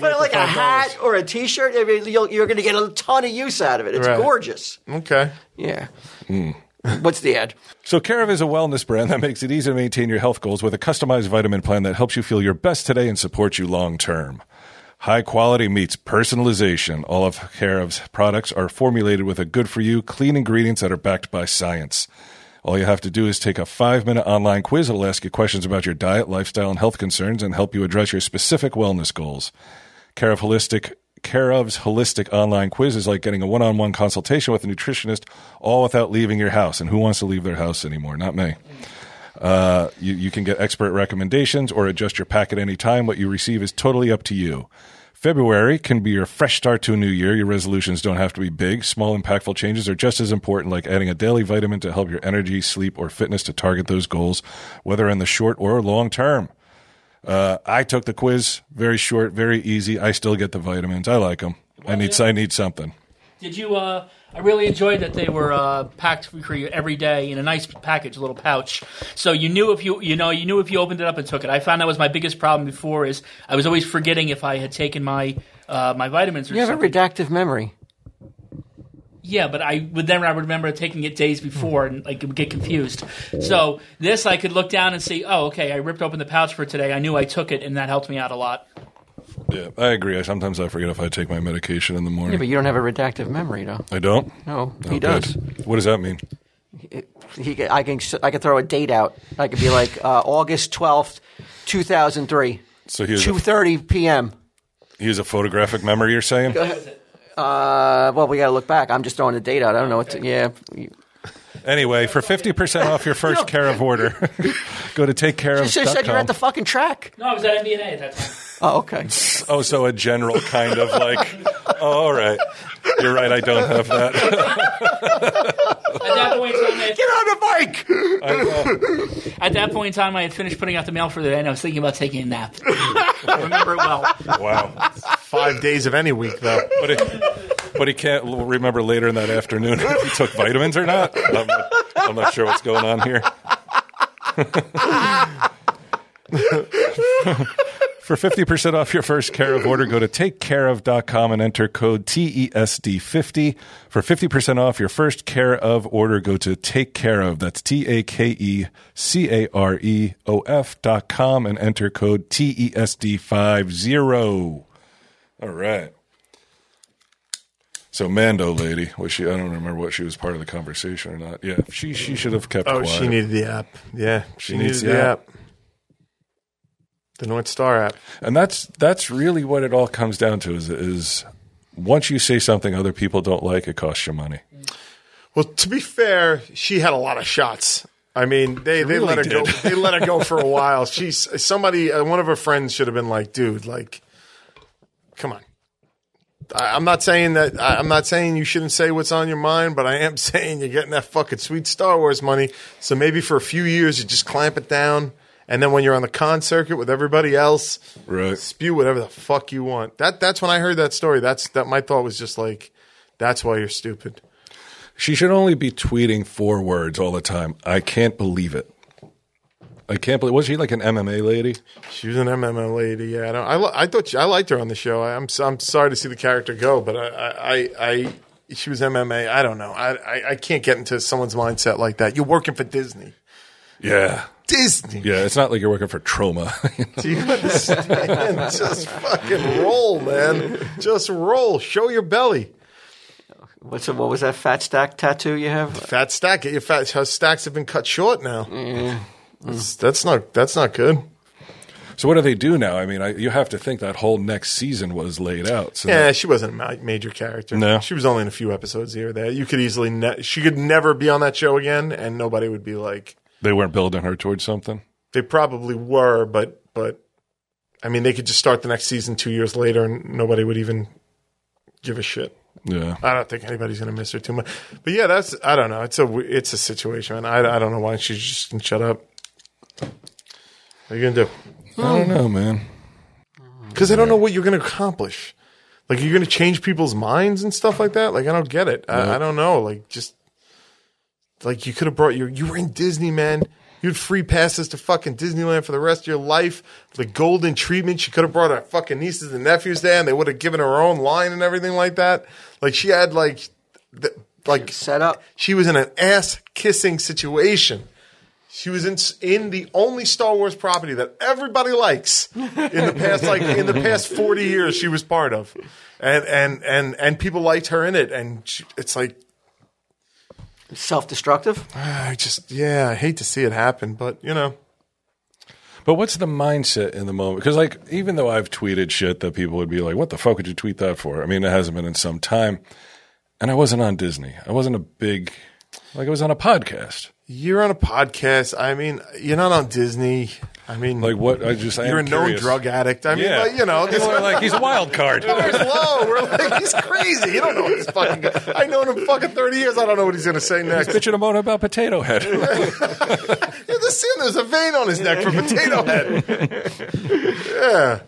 S2: But like a hat or a T-shirt, I mean, you'll, you're going to get a ton of use out of it. It's
S3: Right.
S2: gorgeous.
S3: Okay.
S2: Yeah. Hmm. What's the ad?
S1: So, Carev is a wellness brand that makes it easy to maintain your health goals with a customized vitamin plan that helps you feel your best today and supports you long term. High quality meets personalization. All of Carev's products are formulated with a good for you, clean ingredients that are backed by science. All you have to do is take a five minute online quiz. It'll ask you questions about your diet, lifestyle, and health concerns and help you address your specific wellness goals. Care of Holistic Care of's holistic online quiz is like getting a one-on-one consultation with a nutritionist, all without leaving your house. And who wants to leave their house anymore? Not me. Uh, you, you can get expert recommendations or adjust your pack at any time. What you receive is totally up to you. February can be your fresh start to a new year. Your resolutions don't have to be big. Small, impactful changes are just as important, like adding a daily vitamin to help your energy, sleep, or fitness to target those goals, whether in the short or long term. Uh, I took the quiz. Very short, very easy. I still get the vitamins. I like them. I need. I need something.
S4: Did you? Uh, I really enjoyed that they were uh, packed for you every day in a nice package, a little pouch. So you knew if you, you know, you knew if you opened it up and took it. I found that was my biggest problem before. Is I was always forgetting if I had taken my uh, my vitamins. Or
S2: You have a
S4: something.
S2: redactive memory.
S4: Yeah, but I would then I would remember taking it days before and like it would get confused. So this I could look down and see. Oh, okay, I ripped open the pouch for today. I knew I took it, and that helped me out a lot.
S1: Yeah, I agree. I, sometimes I forget if I take my medication in the morning.
S2: Yeah, but you don't have a redactive memory, though.
S1: I don't.
S2: No,
S1: Oh,
S2: he
S1: good.
S2: does.
S1: What does that mean?
S2: it- he, could- I can I can throw a date out. I could be like uh, August twelfth, two thousand three,
S1: So he has,
S2: two
S1: a,
S2: thirty p.m.
S1: he has a photographic memory. You're saying?
S2: Uh, well, we got to look back. I'm just throwing a date out. I don't know what. To, yeah,
S1: Anyway, for fifty percent off your first care of order, go to take care of.
S2: you said you're at the fucking track.
S4: No, I was at MBNA at that time.
S2: Oh, okay.
S1: oh, so a general kind of like. Oh, all right. You're right. I don't have that.
S4: At that point in time, I had-
S2: Get on the bike.
S4: At that point in time, I had finished putting out the mail for the day, and I was thinking about taking a nap. I remember it well.
S1: Wow.
S3: Five days of any week though.
S1: But it, but he can't l- remember later in that afternoon if he took vitamins or not. I'm not, I'm not sure what's going on here. For 50% off your first care of order, go to takecareof.com and enter code E TESD50. For 50% off your first care of order, go to take care of. That's T A K E C A R E O F dot com and enter code E TESD50. All right. So Mando lady, was she? I don't remember what she was part of the conversation or not. Yeah, she she should have kept.
S3: Oh,
S1: quiet.
S3: she needed the app. Yeah, she, needed
S1: needs the
S3: the, app. The North Star app.
S1: and that's that's really what it all comes down to is is once you say something other people don't like, it costs you money.
S3: Well, to be fair, she had a lot of shots. I mean, they, they let her
S1: really
S3: go.
S1: did.
S3: They let her go for a while. She's somebody. Uh, one of her friends should have been like, "Dude, like, come on." I, I'm not saying that. I, I'm not saying you shouldn't say what's on your mind, but I am saying you're getting that fucking sweet Star Wars money. So maybe for a few years, you just clamp it down, and then when you're on the con circuit with everybody else,
S1: Right.
S3: spew whatever the fuck you want. That that's when I heard that story. That's that. My thought was just like, that's why you're stupid.
S1: She should only be tweeting four words all the time. I can't believe it. I can't believe. Was she like an MMA lady?
S3: She was an MMA lady. Yeah, I, don't, I, li- I thought she, I liked her on the show. I, I'm s- I'm sorry to see the character go, but I I I, I she was MMA. I don't know. I, I I can't get into someone's mindset like that. You're working for Disney.
S1: Yeah.
S3: Disney.
S1: Yeah, it's not like you're working for trauma.
S3: Do you understand? Just fucking roll, man. Just roll. Show your belly.
S2: What's what was that fat stack tattoo you have?
S3: Fat stack. Get your fat. How stacks have been cut short now. That's, that's not. That's not good.
S1: so what do they do now? I mean, I, you have to think that whole next season was laid out. So
S3: Yeah, she wasn't a ma- major character.
S1: No.
S3: she was only in a few episodes here or there. You could easily. Ne- she could never be on that show again, and nobody would be like.
S1: they weren't building her towards something.
S3: They probably were, but but, I mean, they could just start the next season two years later, and nobody would even give a shit.
S1: Yeah.
S3: I don't think anybody's going to miss her too much. But yeah, that's I don't know. It's a w- it's a situation. man. I I don't know why she just can shut up. What are you going to do?
S1: I don't know, man.
S3: Because I don't know what you're going to accomplish. Like you're going to change people's minds and stuff like that. Like I don't get it. I, I don't know. Like just like you could have brought your you were in Disney, man. You had free passes to fucking Disneyland for the rest of your life. The golden treatment. She could have brought her fucking nieces and nephews there, and they would have given her own line and everything like that. Like she had like, the, like
S2: Set up.
S3: she was in an ass kissing situation. She was in in the only Star Wars property that everybody likes in the past like in the past 40 years she was part of. And and and and people liked her in it and she, it's like
S2: Self destructive.
S3: I just yeah, I hate to see it happen, but you know,
S1: But what's the mindset in the moment? Because like, even though I've tweeted shit that people would be like, "What the fuck would you tweet that for?" I mean, it hasn't been in some time, and I wasn't on Disney. I wasn't a big like I was on a podcast.
S3: you're on a podcast. I mean, you're not on Disney. I mean,
S1: Like what? I just I
S3: you're a
S1: am
S3: known
S1: curious.
S3: drug addict. I mean,
S1: Yeah,
S3: like, you know, this
S1: People are like he's a wild card.
S3: We're slow. We're like, he's crazy. You don't know what he's fucking. Go- I know him fucking thirty years. I don't know what he's gonna say next.
S1: Bitching a moan about Potato Head.
S3: You're just seeing there's a vein on his neck for potato head.
S2: Tell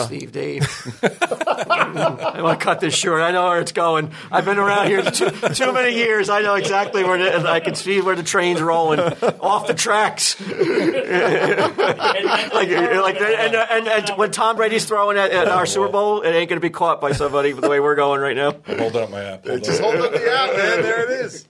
S2: him, Steve, Dave. I want to cut this short. I know where it's going. I've been around here too, too many years. I know exactly where. The, I can see where the train's rolling off the tracks. like, like, and, and, and when Tom Brady's throwing at, at our Super Bowl, it ain't going to be caught by somebody the way we're going right now.
S1: Hold up my app. Hold
S3: Just
S1: up.
S3: hold up the app, man. There it is.